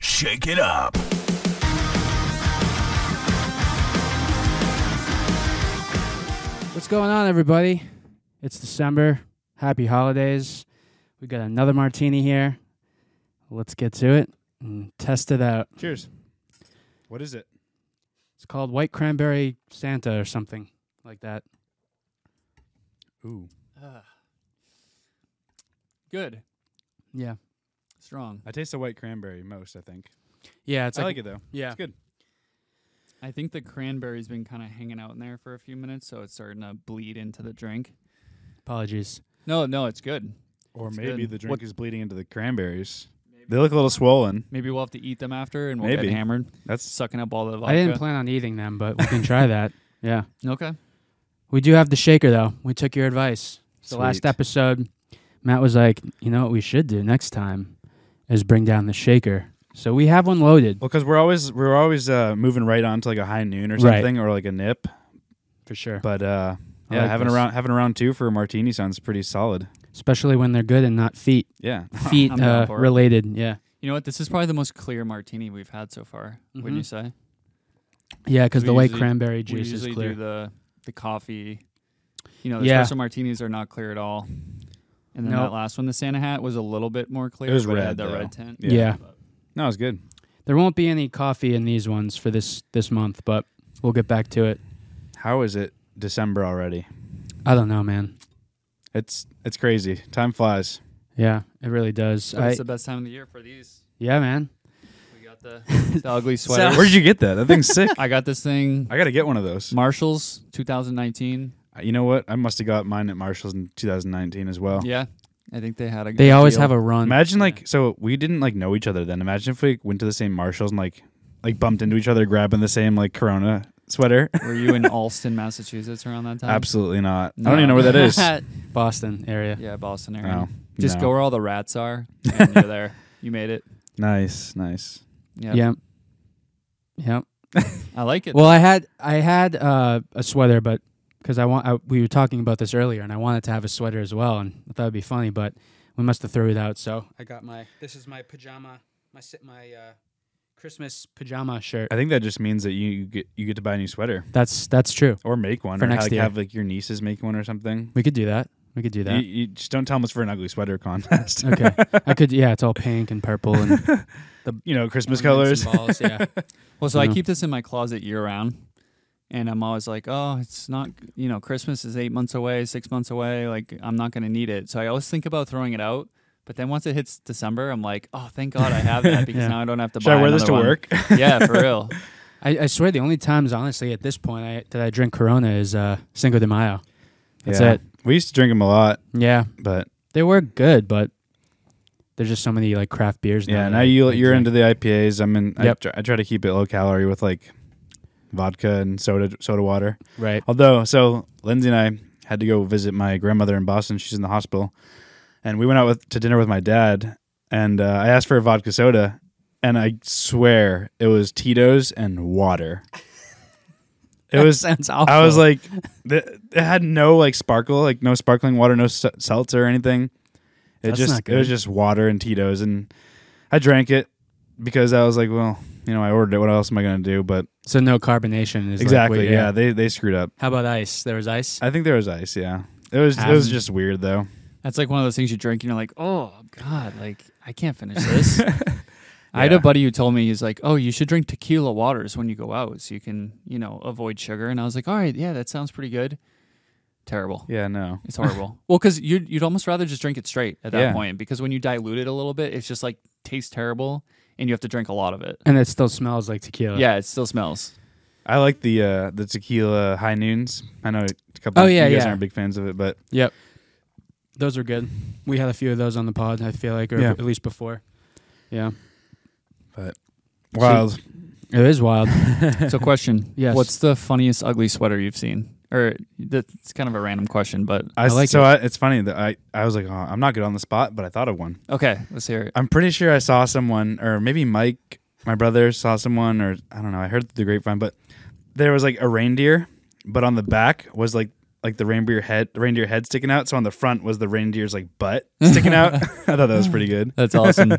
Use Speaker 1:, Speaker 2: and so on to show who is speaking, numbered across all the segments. Speaker 1: Shake it up.
Speaker 2: What's going on, everybody? It's December. Happy holidays. We got another martini here. Let's get to it and test it out.
Speaker 3: Cheers. What is it?
Speaker 2: It's called White Cranberry Santa or something like that.
Speaker 3: Ooh.
Speaker 2: Good. Yeah. Strong.
Speaker 3: I taste the white cranberry most, I think.
Speaker 2: Yeah, it's
Speaker 3: I
Speaker 2: like,
Speaker 3: like it though.
Speaker 2: yeah.
Speaker 3: It's good.
Speaker 4: I think the cranberry's been kind of hanging out in there for a few minutes, so it's starting to bleed into the drink.
Speaker 2: Apologies.
Speaker 4: No, no, it's good.
Speaker 3: Or
Speaker 4: It's
Speaker 3: maybe
Speaker 4: good.
Speaker 3: the drink is bleeding into the cranberries. They look a little swollen.
Speaker 4: Maybe we'll have to eat them after, and we'll
Speaker 3: Maybe.
Speaker 4: get hammered,
Speaker 3: That's
Speaker 4: sucking up all the vodka.
Speaker 2: I didn't plan on eating them, but we can try that. Yeah.
Speaker 4: okay.
Speaker 2: We do have the shaker though. We took your advice. The last
Speaker 3: Sweet.
Speaker 2: episode, Matt was like, "You know what we should do next time is bring down the shaker." So we have one loaded
Speaker 3: well, because we're always we're always uh, moving right on to like a high noon or
Speaker 2: Right.
Speaker 3: something or like a nip.
Speaker 2: for sure,
Speaker 3: But uh,
Speaker 2: I
Speaker 3: yeah,
Speaker 2: like
Speaker 3: having
Speaker 2: this.
Speaker 3: a round having a round two for a martini sounds pretty solid.
Speaker 2: especially when they're good and not feet
Speaker 3: Yeah.
Speaker 2: feet
Speaker 4: I'm down
Speaker 2: uh,
Speaker 4: for it.
Speaker 2: related. Yeah,
Speaker 4: You know what? This is probably the most clear martini we've had so far. Wouldn't you say?
Speaker 2: yeah, because
Speaker 4: We
Speaker 2: the white
Speaker 4: usually-
Speaker 2: cranberry
Speaker 4: we
Speaker 2: juice is
Speaker 4: usually
Speaker 2: clear.
Speaker 4: do the the coffee. You know, the
Speaker 2: Yeah.
Speaker 4: special martinis are not clear at all. And then
Speaker 2: Nope.
Speaker 4: that last one, the Santa hat, was a little bit more clear.
Speaker 3: was
Speaker 4: but it had
Speaker 3: red,
Speaker 4: that
Speaker 3: though.
Speaker 4: red tint.
Speaker 3: Yeah.
Speaker 2: yeah,
Speaker 3: No, it's good.
Speaker 2: there won't be any coffee in these ones for this this month, but we'll get back to it.
Speaker 3: How is it December already?
Speaker 2: I don't know, man.
Speaker 3: It's it's crazy. Time flies.
Speaker 2: Yeah, it really does.
Speaker 4: So
Speaker 2: I,
Speaker 4: it's the best time of the year for these.
Speaker 2: yeah, man.
Speaker 4: We got the, the ugly sweater.
Speaker 3: Where did you get that? That thing's sick.
Speaker 4: I got this thing
Speaker 3: I gotta get one of those.
Speaker 4: Marshalls 2019.
Speaker 3: You know what? I must have got mine at Marshalls in 2019 as well.
Speaker 4: Yeah. I think they had a
Speaker 2: They
Speaker 4: a
Speaker 2: always
Speaker 4: deal.
Speaker 2: have a run.
Speaker 3: Imagine like so we didn't like know each other then. Imagine if we went to the same Marshalls and like like bumped into each other grabbing the same like Corona sweater.
Speaker 2: Uh,
Speaker 4: Were you in Alston, Massachusetts around that time?
Speaker 3: Absolutely not. I
Speaker 4: No.
Speaker 3: don't even know where that is.
Speaker 2: Boston area.
Speaker 4: yeah, Boston area.
Speaker 3: no.
Speaker 4: Just
Speaker 3: No.
Speaker 4: go where all the rats are and you're there. You made it.
Speaker 3: Nice, nice.
Speaker 4: Yeah.
Speaker 2: Yep. Yep.
Speaker 4: I like it.
Speaker 2: Well, I had I had uh, a sweater, but because I want I, we were talking about this earlier, and I wanted to have a sweater as well, and I thought it'd be funny, but we must have threw it out. So I got my this is my pajama my si- my uh, Christmas pajama shirt.
Speaker 3: I think that just means that you get you get to buy a new sweater
Speaker 2: That's that's true.
Speaker 3: or make one
Speaker 2: For
Speaker 3: or
Speaker 2: next
Speaker 3: like,
Speaker 2: year.
Speaker 3: have like your nieces make one or something.
Speaker 2: We could do that. We could do
Speaker 3: You,
Speaker 2: that.
Speaker 3: you just don't tell them it's for an ugly sweater contest.
Speaker 2: okay, I could. Yeah, it's all pink and purple and
Speaker 3: you know, Christmas
Speaker 2: ornaments
Speaker 3: colors.
Speaker 2: and balls, yeah,
Speaker 4: Well, so I
Speaker 2: Yeah.
Speaker 4: keep this in my closet year round. And I'm always like, oh, it's not, you know, Christmas is eight months away, six months away. Like, I'm not going to need it. So I always think about throwing it out. But then once it hits December, I'm like, oh, thank God I have that because
Speaker 2: Yeah.
Speaker 4: now I don't have to
Speaker 3: Should
Speaker 4: buy
Speaker 3: I wear this to
Speaker 4: another one.
Speaker 3: work?
Speaker 4: yeah, for real.
Speaker 2: I, I swear the only times honestly at this point I, that I drink Corona is uh, Cinco de Mayo. That's
Speaker 3: Yeah.
Speaker 2: it.
Speaker 3: We used to drink them a lot,
Speaker 2: Yeah,
Speaker 3: but
Speaker 2: They were good, but there's just so many like craft beers.
Speaker 3: Yeah,
Speaker 2: that
Speaker 3: now
Speaker 2: I-
Speaker 3: you
Speaker 2: I
Speaker 3: you're
Speaker 2: drink.
Speaker 3: into the IPAs. I'm in. I,
Speaker 2: Yep.
Speaker 3: try, I try to keep it low calorie with like vodka and soda soda water.
Speaker 2: right.
Speaker 3: Although, so Lindsay and I had to go visit my grandmother in Boston. She's in the hospital, and we went out with to dinner with my dad. And uh, I asked for a vodka soda, and I swear it was Tito's and water. It was.
Speaker 2: Sounds awful.
Speaker 3: I was like, th- it had no like sparkle, like no sparkling water, no s- seltzer or anything. It
Speaker 2: That's
Speaker 3: just
Speaker 2: not
Speaker 3: it was
Speaker 2: good.
Speaker 3: just water and Tito's, and I drank it because I was like, well, you know, I ordered it. What else am I gonna do? But
Speaker 2: so no carbonation is like,
Speaker 3: exactly,
Speaker 2: what-
Speaker 3: yeah. they they screwed up.
Speaker 2: How about ice? There was ice.
Speaker 3: I think there was ice. Yeah, it was it was
Speaker 2: Um,
Speaker 3: just weird though.
Speaker 4: That's like one of those things you drink and you're like, oh God, like I can't finish this. I had
Speaker 3: Yeah.
Speaker 4: a buddy who told me he's like, oh, you should drink tequila waters when you go out so you can, you know, avoid sugar. And I was like, all right, yeah, that sounds pretty good. Terrible.
Speaker 3: Yeah, no.
Speaker 4: It's horrible. well, because you'd you'd almost rather just drink it straight at that
Speaker 3: Yeah.
Speaker 4: point because when you dilute it a little bit, it's just like tastes terrible and you have to drink a lot of it.
Speaker 2: and it still smells like tequila.
Speaker 4: Yeah, it still smells.
Speaker 3: I like the uh, the tequila high noons. I know a couple.
Speaker 2: Oh, yeah,
Speaker 3: you guys
Speaker 2: yeah.
Speaker 3: aren't big fans of it, but
Speaker 2: Yep. Those are good. We had a few of those on the pod. I feel like, or
Speaker 3: Yeah.
Speaker 2: at least before. Yeah.
Speaker 3: wild.
Speaker 2: It is wild.
Speaker 4: so, question:
Speaker 2: Yes.
Speaker 4: what's the funniest ugly sweater you've seen? Or that's kind of a random question, but
Speaker 3: I, s-
Speaker 2: like
Speaker 3: so
Speaker 2: it.
Speaker 3: I, it's funny that I I was like, oh, I'm not good on the spot, but I thought of one.
Speaker 4: okay, let's hear it.
Speaker 3: I'm pretty sure I saw someone, or maybe Mike, my brother, saw someone, or I don't know. I heard the grapevine, but there was like a reindeer, but on the back was like like the reindeer head, the reindeer head sticking out. So on the front was the reindeer's like butt sticking out. I thought that was pretty good.
Speaker 4: That's awesome.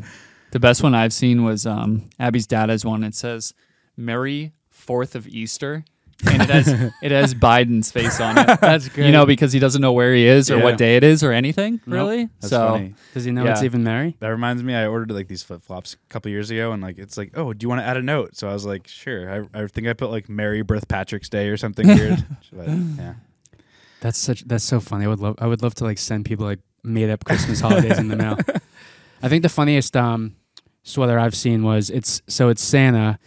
Speaker 4: The best one I've seen was um, Abby's dad has one. It says "Merry Fourth of Easter," and it has it has Biden's face on it.
Speaker 2: That's great.
Speaker 4: You know, because he doesn't know where he is or
Speaker 3: Yeah.
Speaker 4: what day it is or anything
Speaker 2: Nope.
Speaker 4: really.
Speaker 3: That's
Speaker 4: so
Speaker 3: funny.
Speaker 2: does he know it's
Speaker 4: Yeah.
Speaker 2: even Mary?
Speaker 3: That reminds me, I ordered like these flip flops a couple years ago, and like it's like, oh, do you want to add a note? So I was like, sure. I, I think I put like Merry Birth Patrick's Day or something weird. but yeah,
Speaker 2: That's such. That's so funny. I would love. I would love to like send people like made up Christmas holidays in the mail. I think the funniest um, sweater I've seen was it's so it's Santa,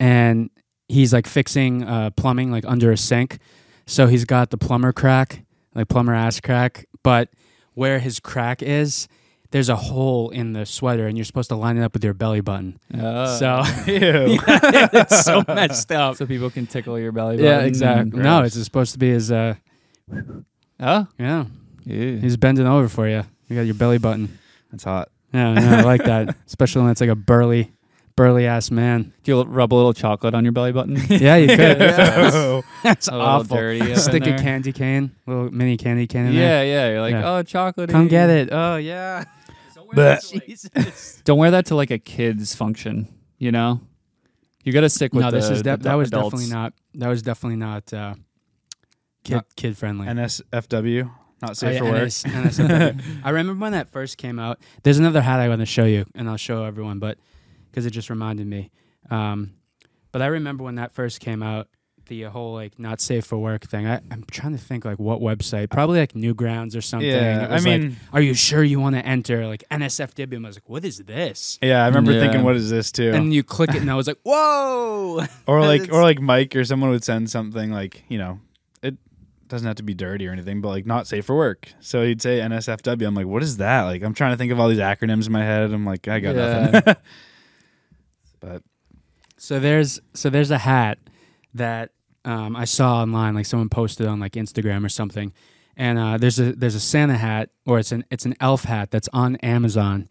Speaker 2: and he's like fixing uh, plumbing like under a sink, so he's got the plumber crack, like plumber ass crack, but where his crack is. There's a hole in the sweater, and you're supposed to line it up with your belly button.
Speaker 4: uh,
Speaker 2: so
Speaker 3: ew.
Speaker 2: it's so messed up.
Speaker 4: so people can tickle your belly button.
Speaker 2: Yeah, exactly. No,
Speaker 3: Gross.
Speaker 2: it's supposed to be his. Uh,
Speaker 4: Oh,
Speaker 2: yeah,
Speaker 4: yeah.
Speaker 2: he's bending over for you. You got your belly button.
Speaker 3: That's hot.
Speaker 2: Yeah, no, I like that, especially when it's like a burly, burly ass man.
Speaker 4: Do you rub a little chocolate on your belly button?
Speaker 2: Yeah, you could.
Speaker 3: Oh,
Speaker 2: That's
Speaker 4: A little
Speaker 2: awful.
Speaker 4: dirty up in
Speaker 2: Stick a
Speaker 4: there.
Speaker 2: candy cane, little mini candy cane in there.
Speaker 4: Yeah, yeah. You're like,
Speaker 2: Yeah.
Speaker 4: oh, chocolate.
Speaker 2: Come get it. Oh yeah.
Speaker 3: Blech.
Speaker 2: Jesus.
Speaker 4: Don't wear that to like a kid's function. You know, you got to stick with.
Speaker 2: no, this
Speaker 4: the-
Speaker 2: is
Speaker 4: the
Speaker 2: de- that was
Speaker 4: adults.
Speaker 2: definitely not. That was definitely not uh, kid
Speaker 3: Not-
Speaker 2: kid friendly.
Speaker 3: NSFW, not
Speaker 2: Oh,
Speaker 3: safe
Speaker 2: yeah,
Speaker 3: for work.
Speaker 2: NS NSFW. I remember when that first came out. There's another hat I want to show you, and I'll show everyone, but because it just reminded me. Um, but I remember when that first came out, the whole like not safe for work thing. I, I'm trying to think like what website, probably like Newgrounds or something.
Speaker 3: Yeah,
Speaker 2: It
Speaker 3: I
Speaker 2: was like,
Speaker 3: mean,
Speaker 2: are you sure you want to enter like NSFW? And I was like, what is this?
Speaker 3: yeah, I remember
Speaker 4: Yeah.
Speaker 3: thinking, what is this too?
Speaker 2: And you click it, and I was like, whoa!
Speaker 3: or like,
Speaker 2: it's-
Speaker 3: or like Mike or someone would send something like, you know, it doesn't have to be dirty or anything, but like not safe for work. So he'd say NSFW. I'm like, what is that? Like, I'm trying to think of all these acronyms in my head. I'm like, I got
Speaker 4: Yeah.
Speaker 3: nothing. but
Speaker 2: So there's so there's a hat that um, I saw online, like someone posted on like Instagram or something. And uh, there's a there's a Santa hat, or it's an it's an elf hat that's on Amazon,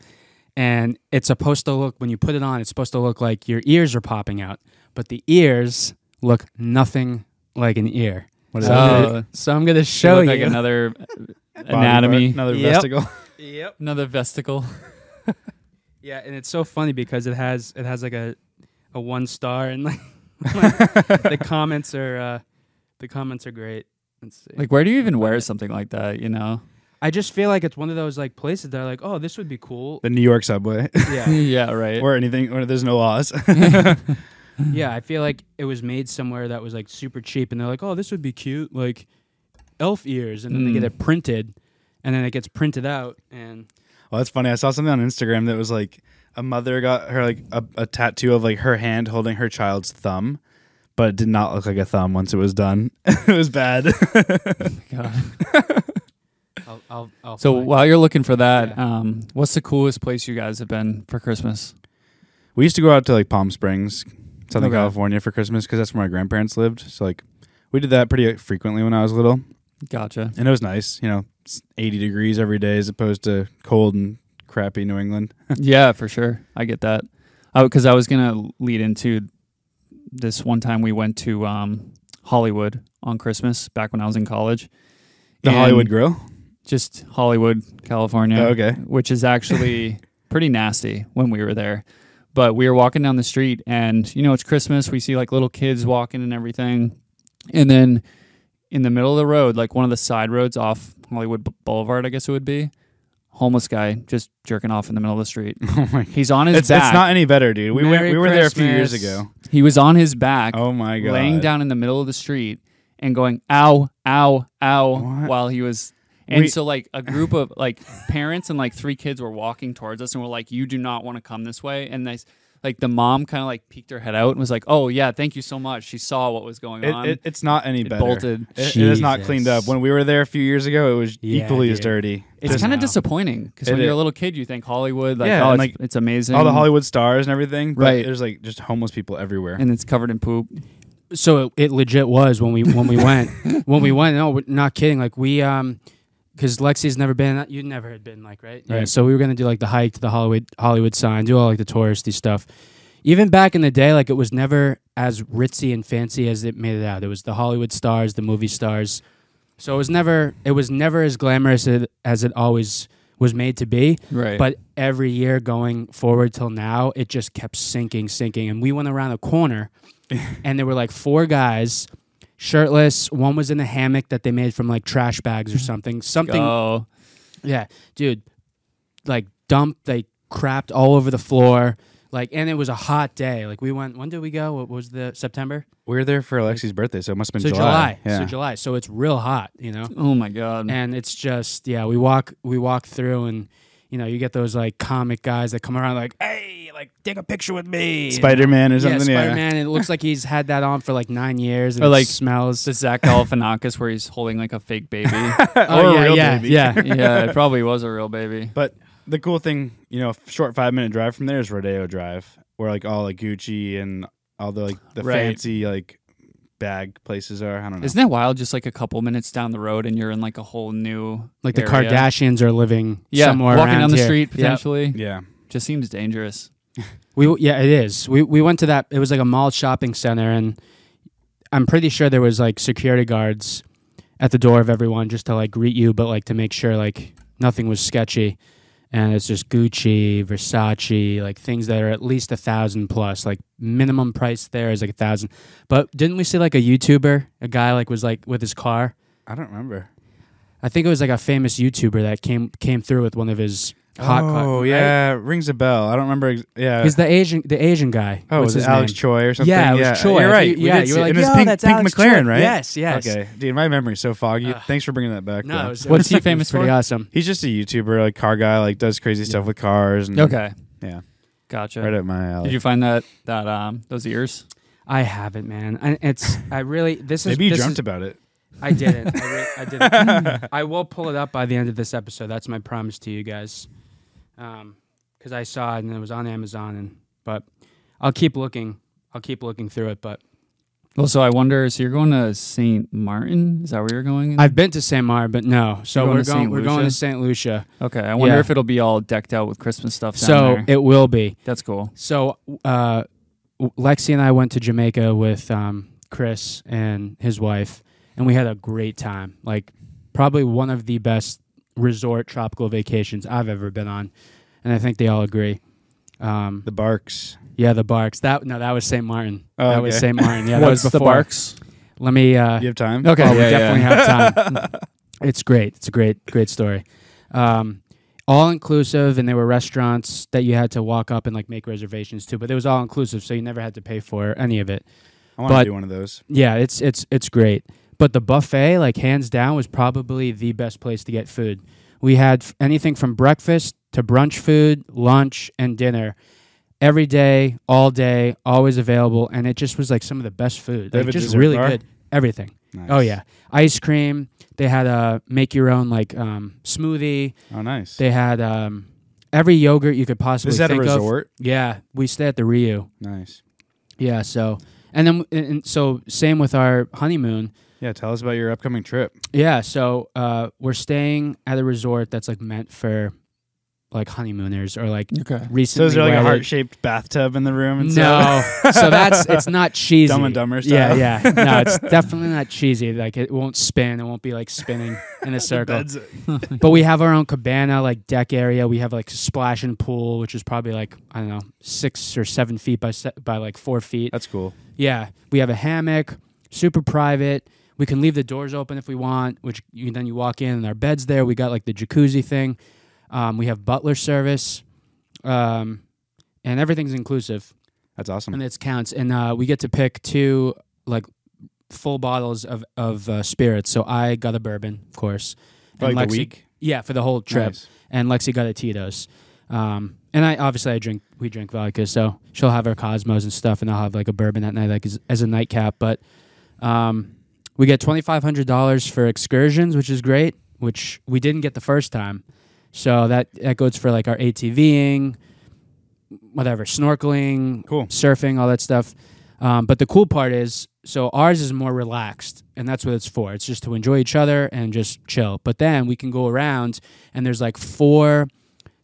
Speaker 2: and it's supposed to look when you put it on, it's supposed to look like your ears are popping out, but the ears look nothing like an ear.
Speaker 3: what
Speaker 4: is
Speaker 2: so,
Speaker 4: that?
Speaker 2: I'm gonna- so I'm gonna show
Speaker 4: look
Speaker 2: you.
Speaker 4: like another
Speaker 3: Body part,
Speaker 4: anatomy,
Speaker 3: another
Speaker 2: Yep.
Speaker 3: vesicle.
Speaker 2: yep.
Speaker 4: another vesicle.
Speaker 2: Yeah, and it's so funny because it has it has like a a one star and like, the comments are uh the comments are great. Let's see.
Speaker 4: Like, where do you even wear something like that? You know?
Speaker 2: I just feel like it's one of those like places that are like, oh, this would be cool.
Speaker 3: The New York subway
Speaker 2: yeah,
Speaker 4: yeah, right.
Speaker 3: or anything where there's no laws.
Speaker 2: yeah. I feel like it was made somewhere that was like super cheap, and they're like, oh, this would be cute, like elf ears, and then they get
Speaker 4: Mm.
Speaker 2: it printed, and then it gets printed out, and
Speaker 3: Well, that's funny. I saw something on Instagram that was like a mother got her like a, a tattoo of like her hand holding her child's thumb, but it did not look like a thumb once it was done. it was bad.
Speaker 4: God.
Speaker 2: I'll, I'll, I'll
Speaker 4: So
Speaker 2: find-
Speaker 4: while you're looking for that, um, what's the coolest place you guys have been for Christmas?
Speaker 3: we used to go out to like Palm Springs, Southern
Speaker 4: Okay.
Speaker 3: California for Christmas because that's where my grandparents lived. So like we did that pretty like, frequently when I was little,
Speaker 4: Gotcha.
Speaker 3: and it was nice. You know, it's 80 degrees every day as opposed to cold and crappy New England.
Speaker 4: yeah, for sure. I get that. Because I, was gonna lead into this one time we went to um, Hollywood on Christmas back when I was in college.
Speaker 3: The
Speaker 4: And
Speaker 3: Hollywood Grill.
Speaker 4: just Hollywood, California.
Speaker 3: Oh, okay.
Speaker 4: Which is actually pretty nasty when we were there. But we were walking down the street and, you know, it's Christmas. We see like little kids walking and everything. And then in the middle of the road, like one of the side roads off Hollywood B- Boulevard, I guess it would be, homeless guy just jerking off in the middle of the street.
Speaker 3: Oh my.
Speaker 4: He's on his
Speaker 3: It's,
Speaker 4: back.
Speaker 3: it's not any better, dude. We
Speaker 2: Merry
Speaker 3: went, we were there a few
Speaker 2: Christmas.
Speaker 3: years ago.
Speaker 4: he was on his back,
Speaker 3: Oh my god.
Speaker 4: laying down in the middle of the street and going, ow, ow, ow,
Speaker 3: What?
Speaker 4: while he was and
Speaker 3: We-
Speaker 4: so like a group of like parents and like three kids were walking towards us and were like, "You do not want to come this way." And they, like the mom kind of like peeked her head out and was like, "Oh yeah, thank you so much." She saw what was going on.
Speaker 3: It, it, it's not any
Speaker 4: It
Speaker 3: better.
Speaker 4: bolted.
Speaker 3: It, it is not
Speaker 2: Jesus.
Speaker 3: cleaned up. When we were there a few years ago, it was
Speaker 2: Yeah,
Speaker 3: equally as
Speaker 2: dude.
Speaker 3: dirty.
Speaker 4: it's
Speaker 3: Just
Speaker 4: kind of
Speaker 2: now.
Speaker 4: disappointing because
Speaker 3: It
Speaker 4: when you're a
Speaker 3: is.
Speaker 4: little kid, you think Hollywood, like,
Speaker 3: Yeah,
Speaker 4: oh,
Speaker 3: and,
Speaker 4: it's,
Speaker 3: like,
Speaker 4: it's amazing,
Speaker 3: all the Hollywood stars and everything. But
Speaker 4: Right.
Speaker 3: There's like just homeless people everywhere.
Speaker 4: and it's covered in poop.
Speaker 2: so it, it legit was when we when we went when we went. No, we're not kidding. Like we um, because Lexi's never been. You never had been like right. Yeah.
Speaker 3: Right.
Speaker 2: So we were gonna do like the hike to the Hollywood Hollywood sign, do all like the touristy stuff. Even back in the day, like it was never as ritzy and fancy as it made it out. It was the Hollywood stars, the movie stars. So it was never it was never as glamorous as it, as it always was made to be.
Speaker 4: Right.
Speaker 2: But every year going forward till now, it just kept sinking, sinking. And we went around a corner and there were like four guys shirtless. One was in a hammock that they made from like trash bags or something. Something
Speaker 4: oh,
Speaker 2: yeah, dude, like dumped, they crapped all over the floor. Like, and it was a hot day. Like, we went. When did we go? What was the September?
Speaker 3: We were there for Alexi's birthday, so it must have been
Speaker 2: so July.
Speaker 3: July. Yeah.
Speaker 2: So July. So it's real hot, you know.
Speaker 4: oh my god.
Speaker 2: And it's just yeah, we walk we walk through and. You know, you get those like comic guys that come around like, "Hey, like, take a picture with me."
Speaker 3: Spider Man or
Speaker 2: yeah,
Speaker 3: something. Yeah,
Speaker 2: Spider Man. It looks like he's had that on for like nine years. And
Speaker 4: Or,
Speaker 2: it
Speaker 4: like,
Speaker 2: smells.
Speaker 4: the Zach Galifianakis where he's holding like a fake baby.
Speaker 2: oh
Speaker 3: or
Speaker 2: yeah,
Speaker 3: real
Speaker 2: yeah,
Speaker 3: baby.
Speaker 2: yeah.
Speaker 4: yeah, it probably was a real baby.
Speaker 3: But the cool thing, you know, a short five minute drive from there is Rodeo Drive, where like all like Gucci and all the like the
Speaker 4: Right.
Speaker 3: fancy like bag places are. I don't know.
Speaker 4: Isn't that wild? Just like a couple minutes down the road, and you're in like a whole new
Speaker 2: Like the
Speaker 4: area.
Speaker 2: Kardashians are living
Speaker 4: Yeah,
Speaker 2: somewhere
Speaker 4: walking
Speaker 2: around
Speaker 4: down the
Speaker 2: here.
Speaker 4: street
Speaker 2: Yeah.
Speaker 4: potentially
Speaker 3: yeah,
Speaker 4: just seems dangerous.
Speaker 2: We yeah, it is. We we went to that. It was like a mall shopping center, and I'm pretty sure there was like security guards at the door of everyone just to like greet you, but like to make sure like nothing was sketchy. And it's just Gucci, Versace, like things that are at least a thousand plus. Like minimum price there is like a thousand. But didn't we see like a YouTuber, a guy like was like with his car?
Speaker 3: I don't remember.
Speaker 2: I think it was like a famous YouTuber that came came through with one of his hot.
Speaker 3: oh
Speaker 2: car- right?
Speaker 3: yeah, rings a bell. I don't remember. Ex- yeah.
Speaker 2: He's the Asian the Asian guy.
Speaker 3: oh,
Speaker 2: What's
Speaker 3: was it
Speaker 2: his
Speaker 3: Alex
Speaker 2: name?
Speaker 3: Choi or something?
Speaker 2: Yeah, it was Choi.
Speaker 3: You're
Speaker 2: If
Speaker 3: right.
Speaker 2: you-
Speaker 3: We
Speaker 2: yeah,
Speaker 3: did
Speaker 2: you
Speaker 3: see-
Speaker 2: were like,
Speaker 3: and it's
Speaker 2: "Yo,
Speaker 3: pink,
Speaker 2: that's
Speaker 3: pink
Speaker 2: Alex
Speaker 3: McLaren,
Speaker 2: Choi."
Speaker 3: right?
Speaker 2: Yes, yes.
Speaker 3: Okay, dude, my memory's so foggy.
Speaker 2: Ugh.
Speaker 3: Thanks for bringing that back.
Speaker 2: No,
Speaker 3: though.
Speaker 2: it was-
Speaker 4: What's he
Speaker 2: it was
Speaker 4: famous
Speaker 2: pretty
Speaker 4: for?
Speaker 2: awesome.
Speaker 3: he's just a YouTuber, like car guy, like does crazy stuff with cars. And
Speaker 4: Okay,
Speaker 3: yeah,
Speaker 4: gotcha.
Speaker 3: right up my alley.
Speaker 4: Did you find that that um those ears?
Speaker 2: I haven't, man. I, it's I really this is
Speaker 3: Maybe you
Speaker 2: this
Speaker 3: dreamt
Speaker 2: is-
Speaker 3: about it.
Speaker 2: I didn't. I, re- I didn't. I will pull it up by the end of this episode. That's my promise to you guys, because I saw it and it was on Amazon. And but I'll keep looking. I'll keep looking through it. But
Speaker 4: Well, so I wonder. So you're going to Saint Martin? Is that where you're going? in-
Speaker 2: I've been to Saint Mar, but no. So we're
Speaker 4: You're going to
Speaker 2: going.
Speaker 4: Saint
Speaker 2: We're going
Speaker 4: Lucia?
Speaker 2: to Saint Lucia.
Speaker 4: okay. I wonder
Speaker 2: Yeah.
Speaker 4: if it'll be all decked out with Christmas stuff. Down
Speaker 2: so
Speaker 4: there.
Speaker 2: it will be.
Speaker 4: that's cool.
Speaker 2: So uh, w- Lexi and I went to Jamaica with um, Chris and his wife, and we had a great time. Like probably one of the best resort tropical vacations I've ever been on, and I think they all agree. Um,
Speaker 3: The Barks.
Speaker 2: yeah, the Barks. That no, that was Saint Martin.
Speaker 3: Oh,
Speaker 2: that was
Speaker 3: okay.
Speaker 2: Saint Martin. Yeah, that
Speaker 4: What's
Speaker 2: was
Speaker 4: the
Speaker 2: before.
Speaker 4: Barks?
Speaker 2: Let me. Uh,
Speaker 3: You have time?
Speaker 4: Okay,
Speaker 2: oh, we
Speaker 4: yeah,
Speaker 2: definitely
Speaker 4: yeah.
Speaker 2: have time. it's great. It's a great, great story. Um, all inclusive, and there were restaurants that you had to walk up and like make reservations to, but it was all inclusive, so you never had to pay for any of it.
Speaker 3: I want
Speaker 2: But-
Speaker 3: to do one of those.
Speaker 2: Yeah, it's it's it's great. But the buffet, like hands down, was probably the best place to get food. We had f- anything from breakfast to brunch food, lunch, and dinner. Every day, all day, always available, and it just was like some of the best food.
Speaker 3: They have
Speaker 2: Like,
Speaker 3: a
Speaker 2: just
Speaker 3: dessert
Speaker 2: really
Speaker 3: bar?
Speaker 2: good. Everything.
Speaker 3: Nice.
Speaker 2: Oh yeah, ice cream. They had a make your own like um, smoothie.
Speaker 3: Oh, nice.
Speaker 2: They had um, every yogurt you could possibly.
Speaker 3: This is at a
Speaker 2: think of.
Speaker 3: resort.
Speaker 2: Yeah, we stayed at the Rio.
Speaker 3: Nice.
Speaker 2: Yeah, so and then and- and so same with our honeymoon.
Speaker 3: Yeah, tell us about your upcoming trip.
Speaker 2: Yeah, so uh, we're staying at a resort that's like meant for like honeymooners or like
Speaker 4: Okay.
Speaker 3: So
Speaker 2: recently.
Speaker 3: is there like a
Speaker 2: wedded-
Speaker 3: heart shaped bathtub in the room? And stuff?
Speaker 2: no, so that's it's not cheesy.
Speaker 3: Dumb and Dumber
Speaker 2: Yeah,
Speaker 3: style.
Speaker 2: yeah. No, it's definitely not cheesy. Like it won't spin. It won't be like spinning in a circle.
Speaker 3: Beds.
Speaker 2: but we have our own cabana, like deck area. We have like a splash and pool, which is probably like I don't know six or seven feet by se- by like four feet.
Speaker 3: That's cool.
Speaker 2: Yeah, we have a hammock, super private. We can leave the doors open if we want, which you, then you walk in and our bed's there. We got like the jacuzzi thing. Um, we have butler service, um, and everything's inclusive
Speaker 3: That's awesome.
Speaker 2: and it counts. And uh, we get to pick two like full bottles of of uh, spirits. So I got a bourbon, of course.
Speaker 3: For,
Speaker 2: And
Speaker 3: like, the
Speaker 2: Lexi-
Speaker 3: week?
Speaker 2: Yeah, for the whole trip.
Speaker 3: Nice.
Speaker 2: And Lexi got a Tito's. Um, and I obviously I drink we drink vodka, so she'll have her Cosmos and stuff, and I'll have like a bourbon at night, like as, as a nightcap. But um, we get twenty five hundred dollars for excursions, which is great, which we didn't get the first time. So that that goes for like our ATVing, whatever, snorkeling,
Speaker 3: Cool.
Speaker 2: surfing, all that stuff. Um, but the cool part is, so ours is more relaxed, and that's what it's for. It's just to enjoy each other and just chill. But then we can go around, and there's like four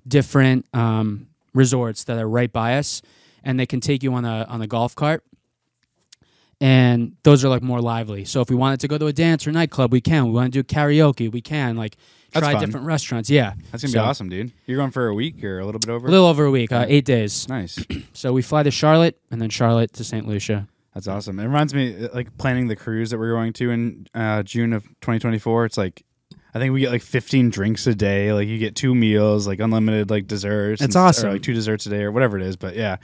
Speaker 2: different um, resorts that are right by us, and they can take you on a on a golf cart and those are like more lively. So if we wanted to go to a dance or nightclub, we can. We want to do karaoke, we can. Like
Speaker 3: That's
Speaker 2: try
Speaker 3: fun.
Speaker 2: different restaurants. Yeah,
Speaker 3: That's gonna
Speaker 2: So-
Speaker 3: be awesome, dude. You're going for a week or a little bit over.
Speaker 2: a little over a week, uh, eight days.
Speaker 3: nice.
Speaker 2: So we fly to Charlotte and then Charlotte to St. Lucia.
Speaker 3: That's awesome. It reminds me, uh, like planning the cruise that we're going to in uh, June of 2024. It's like, I think we get like 15 drinks a day. Like you get two meals, like unlimited like desserts. and
Speaker 2: It's
Speaker 3: s- or,
Speaker 2: awesome.
Speaker 3: like two desserts a day or whatever it is. But yeah,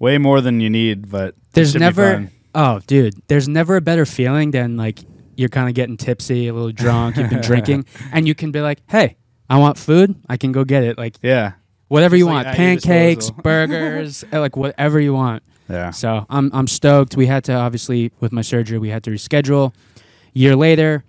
Speaker 3: way more than you need. But it
Speaker 2: There's
Speaker 3: should be
Speaker 2: never
Speaker 3: fun.
Speaker 2: oh dude, there's never a better feeling than like you're kind of getting tipsy, a little drunk, you've been drinking, and you can be like, hey, I want food, I can go get it, like
Speaker 3: Yeah,
Speaker 2: whatever
Speaker 3: It's
Speaker 2: you want,
Speaker 3: like at your
Speaker 2: pancakes,
Speaker 3: disposal.
Speaker 2: burgers, uh, like whatever you want.
Speaker 3: yeah.
Speaker 2: So I'm I'm stoked. We had to obviously with my surgery, we had to reschedule. Year later,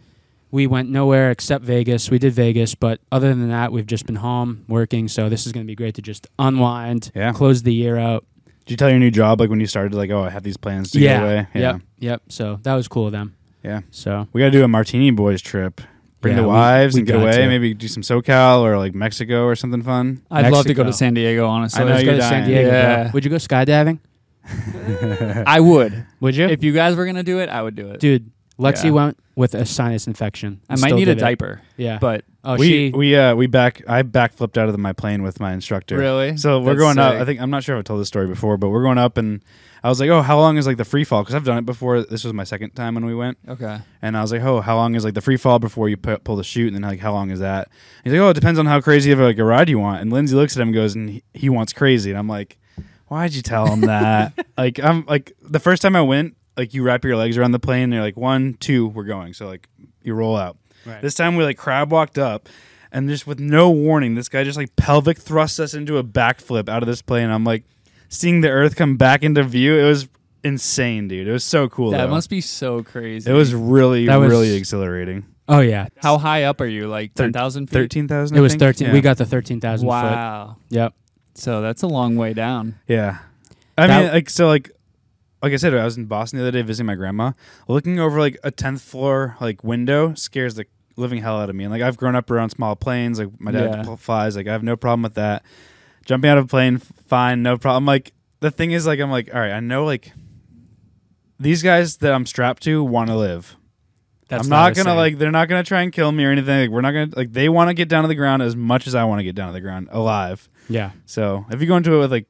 Speaker 2: we went nowhere except Vegas. We did Vegas, but other than that, we've just been home working. So this is going to be great to just unwind,
Speaker 3: Yeah.
Speaker 2: close the year out.
Speaker 3: Did you tell your new job like when you started? Like, oh, I have these plans to
Speaker 2: yeah.
Speaker 3: get away. Yeah,
Speaker 2: Yep. Yep. So that was cool of them.
Speaker 3: yeah.
Speaker 2: So
Speaker 3: We got to do a Martini Boys trip. Bring
Speaker 2: Yeah,
Speaker 3: the
Speaker 2: we-
Speaker 3: wives
Speaker 2: we
Speaker 3: and get
Speaker 2: got
Speaker 3: away.
Speaker 2: to.
Speaker 3: Maybe do some SoCal or like Mexico or something fun.
Speaker 4: I'd love to
Speaker 2: Mexico.
Speaker 4: go to San Diego, honestly.
Speaker 3: I know
Speaker 2: let's go
Speaker 3: Oh, you're
Speaker 2: to San
Speaker 3: dying.
Speaker 2: Diego. bro.
Speaker 4: Yeah.
Speaker 2: Would you go skydiving?
Speaker 4: I would.
Speaker 2: Would you?
Speaker 4: If you guys were gonna do it, I would do it.
Speaker 2: Dude, Lexi
Speaker 4: Yeah.
Speaker 2: went with a sinus infection.
Speaker 4: I
Speaker 2: and
Speaker 4: might
Speaker 2: still
Speaker 4: need a
Speaker 2: did it.
Speaker 4: diaper,
Speaker 2: Yeah.
Speaker 4: but
Speaker 2: oh,
Speaker 3: we
Speaker 2: she.
Speaker 3: we uh we back I backflipped out of the, my plane with my instructor.
Speaker 4: Really?
Speaker 3: So we're
Speaker 4: That's
Speaker 3: going up.
Speaker 4: sick.
Speaker 3: I think I'm not sure if I told this story before, but we're going up and I was like, "Oh, how long is like the free fall?" Because I've done it before. This was my second time when we went,
Speaker 4: okay.
Speaker 3: and I was like, "Oh, how long is like the free fall before you pu- pull the chute?" And then like, "How long is that?" And he's like, "Oh, it depends on how crazy of like, a ride you want." And Lindsay looks at him and goes, "And he, he wants crazy," and I'm like, "Why'd you tell him that?" like I'm like the first time I went, like you wrap your legs around the plane. And they're like one, two, we're going. So like you roll out.
Speaker 2: Right.
Speaker 3: This time we like crab walked up, and just with no warning, this guy just like pelvic thrust us into a backflip out of this plane. I'm like seeing the Earth come back into view. It was insane, dude. It was so cool.
Speaker 4: That
Speaker 3: though.
Speaker 4: must be so crazy.
Speaker 3: It was really,
Speaker 2: That was-
Speaker 3: really exhilarating.
Speaker 2: oh yeah.
Speaker 4: How high up are you? Like
Speaker 3: Thir-
Speaker 4: ten thousand feet?
Speaker 3: Thirteen thousand.
Speaker 2: It was thirteen. We got the thirteen thousand foot.
Speaker 4: Wow.
Speaker 2: Yep.
Speaker 4: So that's a long way down.
Speaker 3: Yeah. I
Speaker 2: That-
Speaker 3: mean, like so, like like I said, I was in Boston the other day visiting my grandma. Looking over like a tenth floor like window scares the living hell out of me. And like I've grown up around small planes. Like my dad
Speaker 4: Yeah.
Speaker 3: pl- flies. Like I have no problem with that. Jumping out of a plane, f- fine, no problem. Like the thing is, like I'm like, all right, I know like these guys that I'm strapped to want to live.
Speaker 2: That's
Speaker 3: I'm
Speaker 2: what I
Speaker 3: not
Speaker 2: was
Speaker 3: gonna
Speaker 2: saying.
Speaker 3: like. They're not gonna try and kill me or anything. Like, we're not gonna like. They want to get down to the ground as much as I want to get down to the ground alive.
Speaker 2: Yeah.
Speaker 3: So if you go into it with like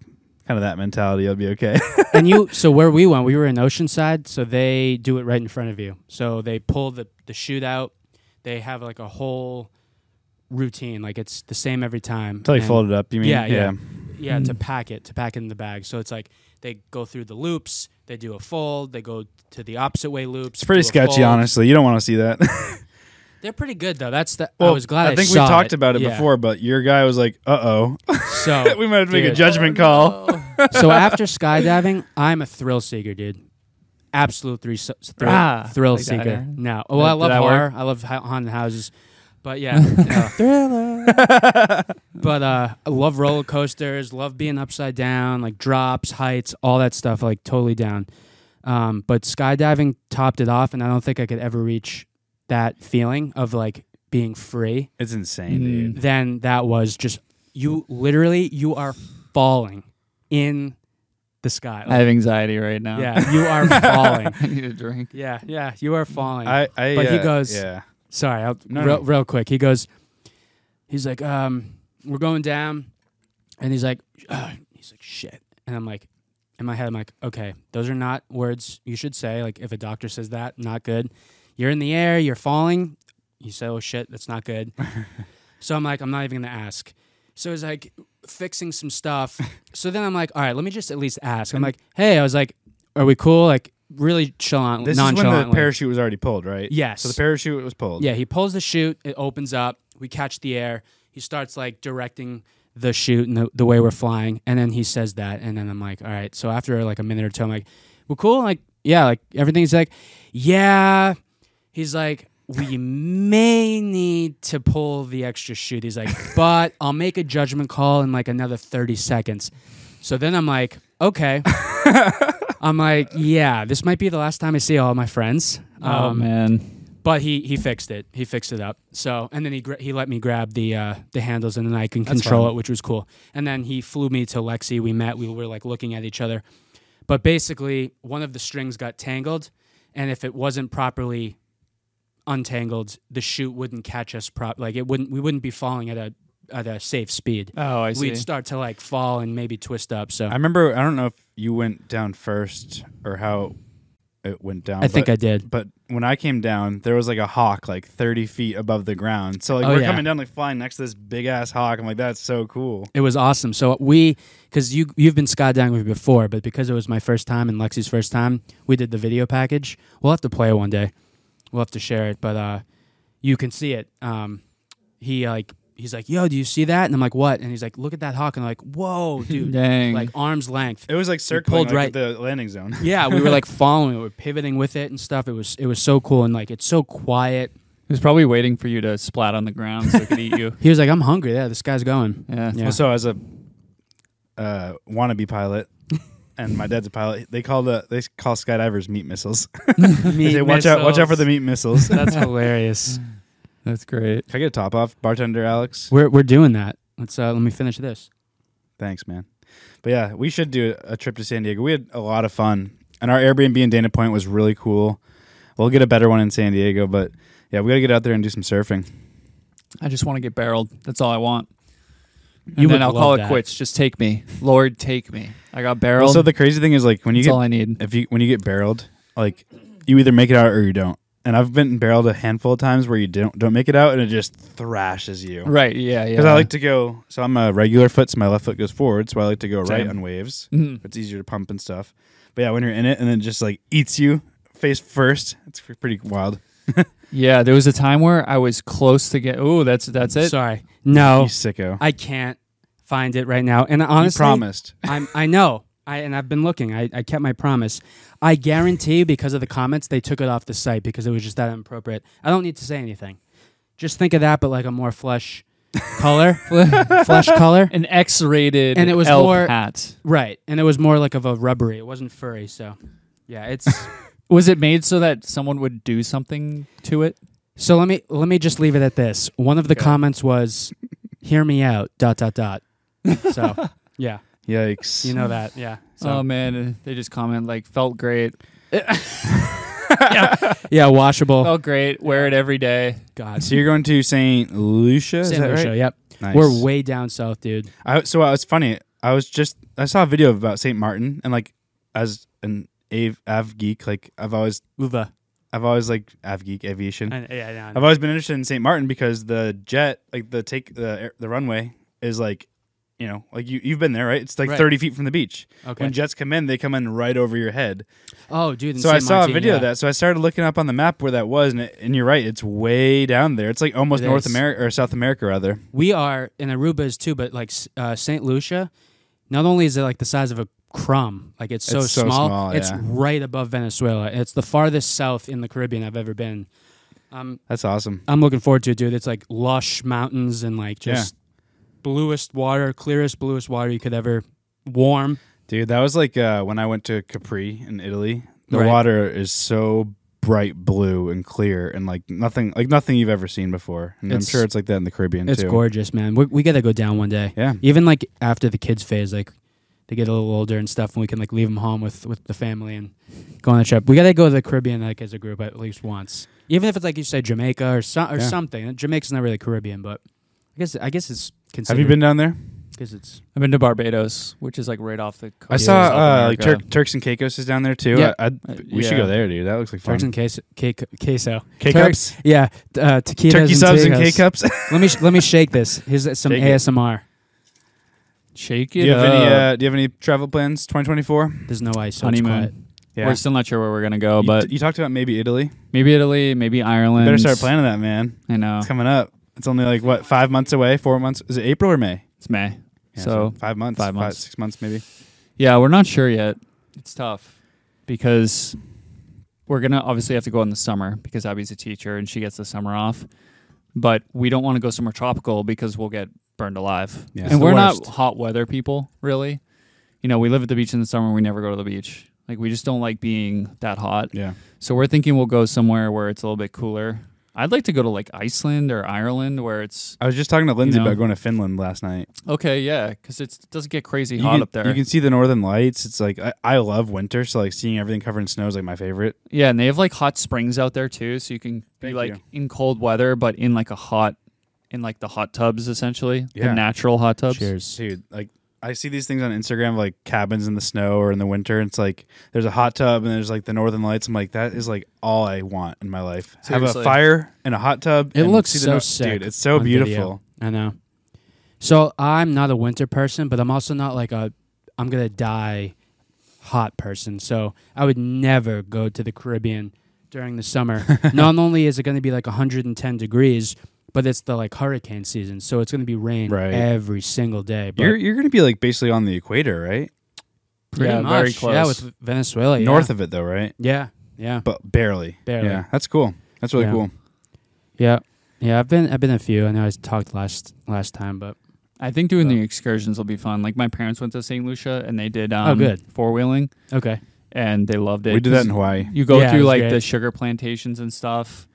Speaker 3: kind of that mentality, you'll be okay.
Speaker 2: and you so where we went, we were in Oceanside, so they do it right in front of you. So they pull the the shoot out. They have like a whole routine, like it's the same every time.
Speaker 3: Until you
Speaker 2: And-
Speaker 3: fold it up, you mean?
Speaker 2: Yeah, yeah. yeah,
Speaker 3: Mm.
Speaker 2: to pack it, to pack it in the bag. So it's like they go through the loops, they do a fold, they go to the opposite way loops.
Speaker 3: It's pretty
Speaker 2: do a
Speaker 3: sketchy,
Speaker 2: fold.
Speaker 3: honestly. You don't want to see that.
Speaker 2: They're pretty good though. That's the
Speaker 3: Well,
Speaker 2: I was glad I,
Speaker 3: I think
Speaker 2: saw
Speaker 3: we talked about it
Speaker 2: Yeah.
Speaker 3: before, but your guy was like, "Uh oh,
Speaker 2: So
Speaker 3: we might have to make a
Speaker 2: dude. Oh,
Speaker 3: judgment call."
Speaker 2: so after skydiving, I'm a thrill seeker, dude. Absolute three, thrill,
Speaker 4: Ah,
Speaker 2: thrill
Speaker 4: like that,
Speaker 2: seeker.
Speaker 4: yeah.
Speaker 2: No, well, I
Speaker 4: Did- did
Speaker 2: love
Speaker 4: that
Speaker 2: horror.
Speaker 4: work?
Speaker 2: I love ha- haunted houses, but yeah, thriller. but uh, I love roller coasters. Love being upside down, like drops, heights, all that stuff. Like totally down. Um, but skydiving topped it off, and I don't think I could ever reach that feeling of like being free.
Speaker 3: It's insane, dude.
Speaker 2: Then that was just you literally you are falling in the sky.
Speaker 4: I have anxiety right now.
Speaker 2: yeah, you are falling.
Speaker 4: I need a drink.
Speaker 2: Yeah, yeah, you are falling.
Speaker 3: I, I,
Speaker 2: But he
Speaker 3: uh,
Speaker 2: goes-
Speaker 3: "Yeah,
Speaker 2: Sorry, I'll,
Speaker 3: No,
Speaker 2: real,
Speaker 3: no.
Speaker 2: real quick. He goes, he's like, um, we're going down, and he's like, "Ugh," he's like, shit, and I'm like, in my head, I'm like, okay, those are not words you should say. Like, if a doctor says that, not good. You're in the air, you're falling. You say, oh shit, that's not good. so I'm like, I'm not even gonna ask. So he's like fixing some stuff. so then I'm like, all right, let me just at least ask. I'm like, hey, I was like, are we cool? Like, really chillant,
Speaker 3: this is when
Speaker 2: nonchalantly.
Speaker 3: the parachute was already pulled, right?
Speaker 2: Yes.
Speaker 3: So the parachute was pulled.
Speaker 2: Yeah, he pulls the chute. It opens up. We catch the air. He starts like directing the chute and the, the way we're flying. And then he says that. And then I'm like, all right. So after like a minute or two, I'm like, we're cool. Like, yeah, like everything's like, yeah. He's like, we may need to pull the extra chute. He's like, but I'll make a judgment call in like another 30 seconds. So then I'm like, okay. I'm like, yeah, this might be the last time I see all my friends.
Speaker 4: oh
Speaker 2: Um,
Speaker 4: man.
Speaker 2: but he he fixed it. He fixed it up. So and then he gra- he let me grab the uh, the handles and then I can control
Speaker 3: fine.
Speaker 2: it, which was cool. And then he flew me to Lexi. We met. We were like looking at each other. But basically, one of the strings got tangled, and if it wasn't properly untangled, the chute wouldn't catch us prop like it wouldn't we wouldn't be falling at a at a safe speed.
Speaker 4: Oh, I see.
Speaker 2: We'd start to like fall and maybe twist up. So
Speaker 3: I
Speaker 2: i
Speaker 3: remember. I don't know if you went down first or how it went down.
Speaker 2: think
Speaker 3: but-
Speaker 2: I did.
Speaker 3: But when I came down, there was like a hawk like 30 feet above the ground. So like
Speaker 2: Oh,
Speaker 3: we're
Speaker 2: yeah.
Speaker 3: coming down like flying next to this big ass hawk. I'm like, that's so cool.
Speaker 2: It was awesome. So we, because you you've been skydiving with me before, but because it was my first time and Lexi's first time, we did the video package. We'll have to play it one day. We'll have to share it, but uh, you can see it. Um, he like he's like, "Yo, do you see that?" And I'm like, "What?" And he's like, "Look at that hawk." And I'm like, "Whoa, dude!"
Speaker 4: Dang.
Speaker 2: Like arm's length.
Speaker 3: It was like circling
Speaker 2: pulled
Speaker 3: like,
Speaker 2: right-
Speaker 3: the landing zone.
Speaker 2: Yeah, we were like following. it. We were pivoting with it and stuff. It was it was so cool and like it's so quiet.
Speaker 4: He was probably waiting for you to splat on the ground so he could eat you.
Speaker 2: He was like, "I'm hungry." Yeah, this guy's going.
Speaker 4: Yeah.
Speaker 2: Yeah.
Speaker 3: So as a uh, wannabe pilot. And my dad's a pilot. They call the they call skydivers meat missiles. They say, watch out, watch out for the meat missiles. Can
Speaker 2: That's hilarious.
Speaker 4: That's great.
Speaker 3: I get a top off, bartender Alex?
Speaker 2: We're we're doing that. Let's uh, let me finish this.
Speaker 3: Thanks, man. But yeah, we should do a trip to San Diego. We had a lot of fun, and our Airbnb in Dana Point was really cool. We'll get a better one in San Diego, but yeah, we got to get out there and do some surfing.
Speaker 4: I just want to get barreled. That's all I want. And
Speaker 2: You
Speaker 4: then
Speaker 2: would
Speaker 4: I'll
Speaker 2: love
Speaker 4: call it
Speaker 2: that.
Speaker 4: quits. Just take me, Lord, take me. I got barreled.
Speaker 3: Also, the crazy thing is like when you
Speaker 4: That's all
Speaker 3: get
Speaker 4: I need.
Speaker 3: if you when you get barreled, like you either make it out or you don't. And I've been barreled a handful of times where you don't don't make it out, and it just thrashes you.
Speaker 4: Right? Yeah. Yeah.
Speaker 3: Because I like to go, so I'm a regular foot, so my left foot goes forward, so I like to go right
Speaker 4: Same.
Speaker 3: on waves.
Speaker 2: Mm-hmm.
Speaker 4: Mhm.
Speaker 3: It's easier to pump and stuff. But yeah, when you're in it and then it just like eats you face first, it's pretty wild.
Speaker 4: Yeah. There was a time where I was close to get. Oh, that's that's it.
Speaker 2: Sorry, no,
Speaker 3: You sicko.
Speaker 2: Oh, I can't find it right now. And honestly,
Speaker 3: you promised.
Speaker 2: I'm I know. I and I've been looking. I, I kept my promise. I guarantee because of the comments they took it off the site because it was just that inappropriate. I don't need to say anything. Just think of that, but like a more flesh color, flesh color.
Speaker 4: An X-rated
Speaker 2: And it was
Speaker 4: elf
Speaker 2: more-
Speaker 4: hat.
Speaker 2: Right, and it was more like of a rubbery. It wasn't furry, so yeah, it's.
Speaker 4: Was it made so that someone would do something to it?
Speaker 2: so let me let me just leave it at this. One of the
Speaker 4: Okay.
Speaker 2: comments was, "Hear me out." Dot dot dot. So yeah,
Speaker 3: Yikes.
Speaker 2: you know that. Yeah. So
Speaker 4: Oh man, they just comment like felt great,
Speaker 2: yeah, washable.
Speaker 4: felt great. Wear it every day.
Speaker 2: God.
Speaker 3: so you're going to St. Lucia? Is
Speaker 2: San
Speaker 3: that
Speaker 2: Lucia,
Speaker 3: right?
Speaker 2: Yep.
Speaker 3: Nice.
Speaker 2: We're way down south, dude.
Speaker 3: I, so uh, it's funny. I was just I saw a video about St. Martin, and like as an av, av geek, like I've always
Speaker 2: Uva.
Speaker 3: I've always like av geek aviation.
Speaker 2: I, yeah, yeah, I know.
Speaker 3: I've always been interested in St. Martin because the jet, like the take the air- the runway, is like, you know, like you you've been there, right? It's like
Speaker 2: Right.
Speaker 3: thirty feet from the beach.
Speaker 2: Okay.
Speaker 3: When jets come in, they come in right over your head.
Speaker 2: Oh, dude. in
Speaker 3: so I
Speaker 2: San
Speaker 3: saw
Speaker 2: Martin,
Speaker 3: a video
Speaker 2: yeah.
Speaker 3: of that. So I started looking up on the map where that was, and, it, and you're right, it's way down there. It's like almost
Speaker 2: It
Speaker 3: North
Speaker 2: is.
Speaker 3: America or South America rather.
Speaker 2: we are in Aruba is too, but like s- uh, Saint Lucia, not only is it like the size of a crumb, like it's so
Speaker 3: It's so small,
Speaker 2: it's
Speaker 3: yeah.
Speaker 2: right above Venezuela. It's the farthest south in the Caribbean I've ever been. Um,
Speaker 3: That's awesome.
Speaker 2: I'm looking forward to it, dude. It's like lush mountains and like
Speaker 3: Yeah.
Speaker 2: just bluest water, clearest bluest water you could ever. Warm.
Speaker 3: Dude, that was like uh, when I went to Capri in Italy. The
Speaker 2: Right.
Speaker 3: water is so bright blue and clear and like nothing like nothing you've ever seen before. And
Speaker 2: It's-
Speaker 3: I'm sure it's like that in the Caribbean
Speaker 2: It's
Speaker 3: too.
Speaker 2: gorgeous, man. We, we gotta go down one day.
Speaker 3: Yeah.
Speaker 2: even like after the kids phase like they get a little older and stuff and we can like leave them home with with the family and go on a trip we gotta go to the caribbean like as a group at least once even if it's like you said jamaica or, so- or
Speaker 3: Yeah.
Speaker 2: something jamaica's not really caribbean but i guess i guess it's
Speaker 3: Have
Speaker 2: considered
Speaker 3: you been down there?
Speaker 2: because it's
Speaker 4: I've been to Barbados, which is like right off the. Coast
Speaker 3: I
Speaker 4: of South
Speaker 3: saw uh, like
Speaker 4: America.
Speaker 3: Turk, Turks and Caicos is down there too.
Speaker 2: Yeah.
Speaker 3: I, I'd-
Speaker 4: Uh,
Speaker 3: we should
Speaker 4: yeah.
Speaker 3: go there, dude. That looks like fun.
Speaker 2: Turks and queso, K- queso.
Speaker 3: K
Speaker 2: Turk-
Speaker 3: cups,
Speaker 2: yeah, t- uh, tequilas
Speaker 3: turkey
Speaker 2: and
Speaker 3: subs, and K
Speaker 2: tequilas.
Speaker 3: cups. do
Speaker 2: Let me sh- let me shake this. Here's uh, some
Speaker 3: Shake it.
Speaker 2: ASMR.
Speaker 4: Shake it
Speaker 3: you have any?
Speaker 4: up.
Speaker 3: Uh, do you have any travel plans? Twenty twenty four.
Speaker 2: There's no ice. So it's quiet.
Speaker 4: honeymoon. We're still not sure where we're gonna go,
Speaker 3: You,
Speaker 4: but
Speaker 3: t- you talked about maybe Italy.
Speaker 4: maybe Italy, maybe Ireland.
Speaker 3: Better start planning that, man.
Speaker 4: I know
Speaker 3: It's coming up. It's only like what five months away. Four months. Is it April or May?
Speaker 4: it's May,
Speaker 3: Yeah,
Speaker 4: so
Speaker 3: five months.
Speaker 4: five months.
Speaker 3: six months maybe.
Speaker 4: Yeah, we're not sure yet. It's tough because we're gonna obviously have to go in the summer because Abby's a teacher and she gets the summer off. But we don't want to go somewhere tropical because we'll get burned alive.
Speaker 3: Yeah. It's
Speaker 4: and
Speaker 3: the
Speaker 4: we're
Speaker 3: worst.
Speaker 4: not hot weather people, really. You know, we live at the beach in the summer. We never go to the beach. Like we just don't like being that hot.
Speaker 3: Yeah.
Speaker 4: So we're thinking we'll go somewhere where it's a little bit cooler. I'd like to go to like Iceland or Ireland where it's
Speaker 3: I was just talking to Lindsay
Speaker 4: You know?
Speaker 3: about going to Finland last night.
Speaker 4: okay, yeah, because it doesn't get crazy
Speaker 3: You
Speaker 4: hot
Speaker 3: can,
Speaker 4: up there.
Speaker 3: You can see the northern lights. It's like I, I love winter, so like seeing everything covered in snow is like my favorite.
Speaker 4: yeah, and they have like hot springs out there too, so you can be
Speaker 3: Thank
Speaker 4: like
Speaker 3: you.
Speaker 4: in cold weather, but in like a hot, in like the hot tubs essentially,
Speaker 3: Yeah.
Speaker 4: the natural hot tubs.
Speaker 2: Cheers.
Speaker 3: Dude, like I see these things on Instagram like cabins in the snow or in the winter. And it's like there's a hot tub and there's like the northern lights. I'm like, that is like all I want in my life. Have
Speaker 4: Seriously.
Speaker 3: a fire and a hot tub.
Speaker 2: It
Speaker 3: and
Speaker 2: looks
Speaker 3: see the
Speaker 2: so
Speaker 3: nor-
Speaker 2: sick
Speaker 3: Dude, it's so
Speaker 2: on video.
Speaker 3: beautiful.
Speaker 2: I know. So I'm not a winter person, but I'm also not like a I'm gonna die hot person. So I would never go to the Caribbean during the summer. not only is it gonna be like 110 degrees, but it's the like hurricane season, so it's gonna be rain
Speaker 3: Right.
Speaker 2: every single day. But
Speaker 3: You're you're gonna be like basically on the equator, right?
Speaker 2: pretty
Speaker 4: yeah,
Speaker 2: much,
Speaker 4: very
Speaker 2: yeah,
Speaker 4: close.
Speaker 2: with Venezuela, yeah.
Speaker 3: North of it though, right?
Speaker 2: yeah, yeah,
Speaker 3: But barely.
Speaker 2: Barely.
Speaker 3: Yeah, that's cool. That's really
Speaker 2: Yeah.
Speaker 3: cool.
Speaker 2: yeah, yeah. I've been I've been a few. I know I talked last last time, but
Speaker 4: I think doing
Speaker 2: So-
Speaker 4: the excursions will be fun. Like my parents went to St. Lucia and they did um,
Speaker 2: Oh, good.
Speaker 4: four wheeling
Speaker 2: okay,
Speaker 4: and they loved it.
Speaker 3: We did
Speaker 4: 'cause
Speaker 3: that in Hawaii.
Speaker 4: You go
Speaker 2: Yeah, it
Speaker 4: through
Speaker 2: was
Speaker 4: like
Speaker 2: great.
Speaker 4: the sugar plantations and stuff.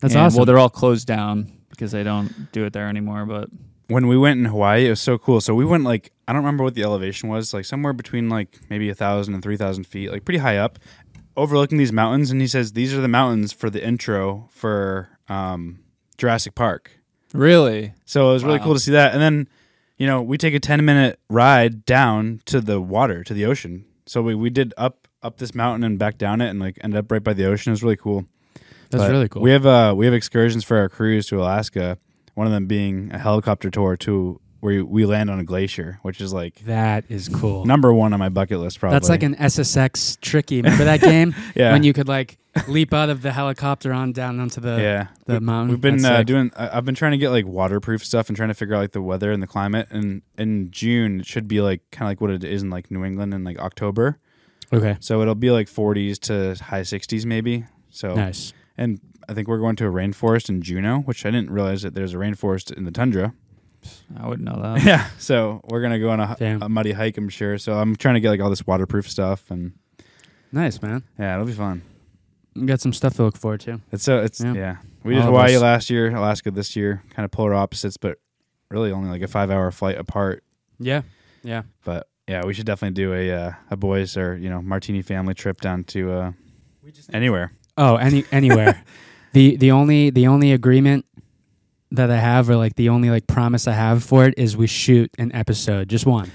Speaker 2: that's
Speaker 4: and-
Speaker 2: awesome.
Speaker 4: Well, they're all closed down because they don't do it there anymore. But
Speaker 3: When we went in Hawaii, it was so cool. So we went like I don't remember what the elevation was, like somewhere between like maybe a thousand and three thousand feet, like pretty high up, overlooking these mountains. And he says these are the mountains for the intro for um, Jurassic Park.
Speaker 4: really,
Speaker 3: So it was really
Speaker 4: Wow.
Speaker 3: cool to see that. And then, you know, we take a ten minute ride down to the water, to the ocean. So we, we did up up this mountain and back down it, and like ended up right by the ocean. It was really cool.
Speaker 2: that's
Speaker 3: But
Speaker 2: really cool.
Speaker 3: We have uh we have excursions for our cruise to Alaska. One of them being a helicopter tour to where we land on a glacier, which is like
Speaker 2: that is cool.
Speaker 3: number one on my bucket list. Probably
Speaker 2: That's like an SSX tricky. Remember that game
Speaker 3: yeah
Speaker 2: when you uh, could like leap out of the helicopter on down onto the
Speaker 3: yeah.
Speaker 2: the mountain.
Speaker 3: We've been
Speaker 2: That's
Speaker 3: uh,
Speaker 2: sick.
Speaker 3: doing. I- I've been trying to get like waterproof stuff and trying to figure out like the weather and the climate. And in June, it should be like kind of like what it is in like New England in like October.
Speaker 2: okay.
Speaker 3: So it'll be like 40s to high 60s maybe. So
Speaker 2: Nice.
Speaker 3: and I think we're going to a rainforest in Juneau, which I didn't realize that there's a rainforest in the tundra.
Speaker 4: I wouldn't know that.
Speaker 3: Yeah. So we're gonna go on a,
Speaker 2: Damn.
Speaker 3: a muddy hike, I'm sure. So I'm trying to get like all this waterproof stuff, and
Speaker 2: Nice man.
Speaker 3: yeah, it'll be fun.
Speaker 2: We got some stuff to look forward to.
Speaker 3: It's so it's
Speaker 2: Yeah.
Speaker 3: yeah. We did
Speaker 2: All of
Speaker 3: Hawaii
Speaker 2: us.
Speaker 3: last year, Alaska this year, kind of polar opposites, but really only like a five hour flight apart.
Speaker 2: Yeah. Yeah.
Speaker 3: But yeah, we should definitely do a uh, a boys or you know martini family trip down to uh, anywhere.
Speaker 2: Oh, any anywhere. the the only the only agreement that I have or like the only like promise I have for it is we shoot an episode, just one.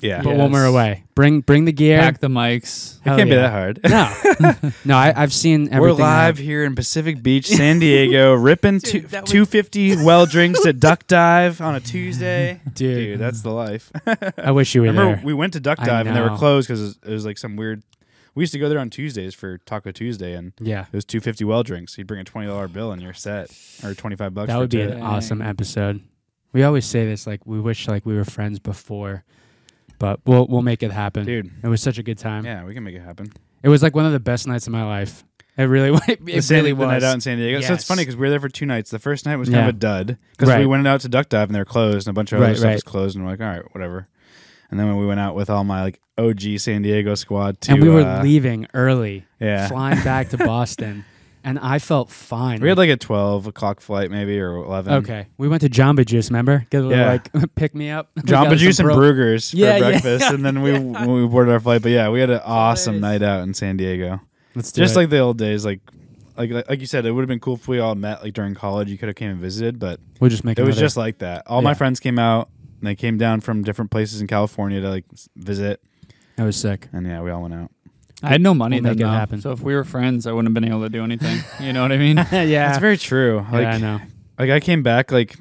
Speaker 3: Yeah,
Speaker 2: But when we're
Speaker 4: Yes.
Speaker 2: away, bring bring the gear.
Speaker 4: Pack the mics.
Speaker 3: it
Speaker 2: Hell
Speaker 3: can't be
Speaker 2: yeah.
Speaker 3: that hard.
Speaker 2: No. no, I, I've seen everything.
Speaker 3: We're
Speaker 2: that-
Speaker 3: live here in Pacific Beach, San Diego, ripping two, 250 well drinks to duck dive on a Tuesday.
Speaker 2: Dude.
Speaker 3: Dude, that's the life.
Speaker 2: I wish you were
Speaker 3: Remember,
Speaker 2: there.
Speaker 3: we went to Duck
Speaker 2: I
Speaker 3: Dive and they were
Speaker 2: know.
Speaker 3: closed because it was like some weird. We used to go there on Tuesdays for Taco Tuesday, and
Speaker 2: yeah.
Speaker 3: it was two fifty well drinks. You'd bring a twenty dollar bill, and you're set, or twenty five bucks.
Speaker 2: That
Speaker 3: for
Speaker 2: would be
Speaker 3: two.
Speaker 2: an
Speaker 4: today.
Speaker 2: awesome episode. We always say this, like we wish like we were friends before, but we'll we'll make it happen.
Speaker 3: dude.
Speaker 2: It was such a good time.
Speaker 3: Yeah, we can make it happen.
Speaker 2: It was like one of the best nights of my life. It really, wa- it,
Speaker 3: The
Speaker 2: it
Speaker 3: San-
Speaker 2: really
Speaker 3: the night
Speaker 2: was.
Speaker 3: out in San Diego. So it's
Speaker 2: Yes.
Speaker 3: funny because we were there for two nights. The first night was kind
Speaker 2: Yeah.
Speaker 3: of a dud because we
Speaker 2: Right.
Speaker 3: went out to Duck Dive and they were closed, and a bunch of
Speaker 2: Right,
Speaker 3: other stuff
Speaker 2: right.
Speaker 3: was closed, and we're like, all right, whatever. And then when we went out with all my like OG San Diego squad, to,
Speaker 2: and we were
Speaker 3: uh,
Speaker 2: leaving early,
Speaker 3: yeah.
Speaker 2: flying back to Boston, and I felt fine.
Speaker 3: We had like a twelve o'clock flight, maybe or eleven.
Speaker 2: okay, we went to Jamba Juice. Remember? Get a little,
Speaker 3: Yeah.
Speaker 2: like pick me up. We got
Speaker 3: Jamba
Speaker 2: some
Speaker 3: Juice and
Speaker 2: bro-
Speaker 3: Brugger's
Speaker 2: Yeah, yeah,
Speaker 3: for breakfast, and then we when we boarded our flight. But yeah, we had an awesome night out in San Diego,
Speaker 2: Let's do
Speaker 3: just
Speaker 2: it.
Speaker 3: like the old days. Like, like like you said, it would have been cool if we all met like during college. You could have came and visited, but
Speaker 2: we'll just make
Speaker 3: it was
Speaker 2: another-
Speaker 3: just like that. All
Speaker 2: Yeah.
Speaker 3: my friends came out, and they came down from different places in California to like s- visit,
Speaker 2: that was sick.
Speaker 3: and yeah, we all went out.
Speaker 4: I had no money
Speaker 2: We'll
Speaker 4: then,
Speaker 2: make it
Speaker 4: though.
Speaker 2: happen.
Speaker 4: So if we were friends, I wouldn't have been able to do anything. You know what I mean?
Speaker 2: yeah,
Speaker 3: That's very true. Like,
Speaker 2: yeah, I know.
Speaker 3: like I came back like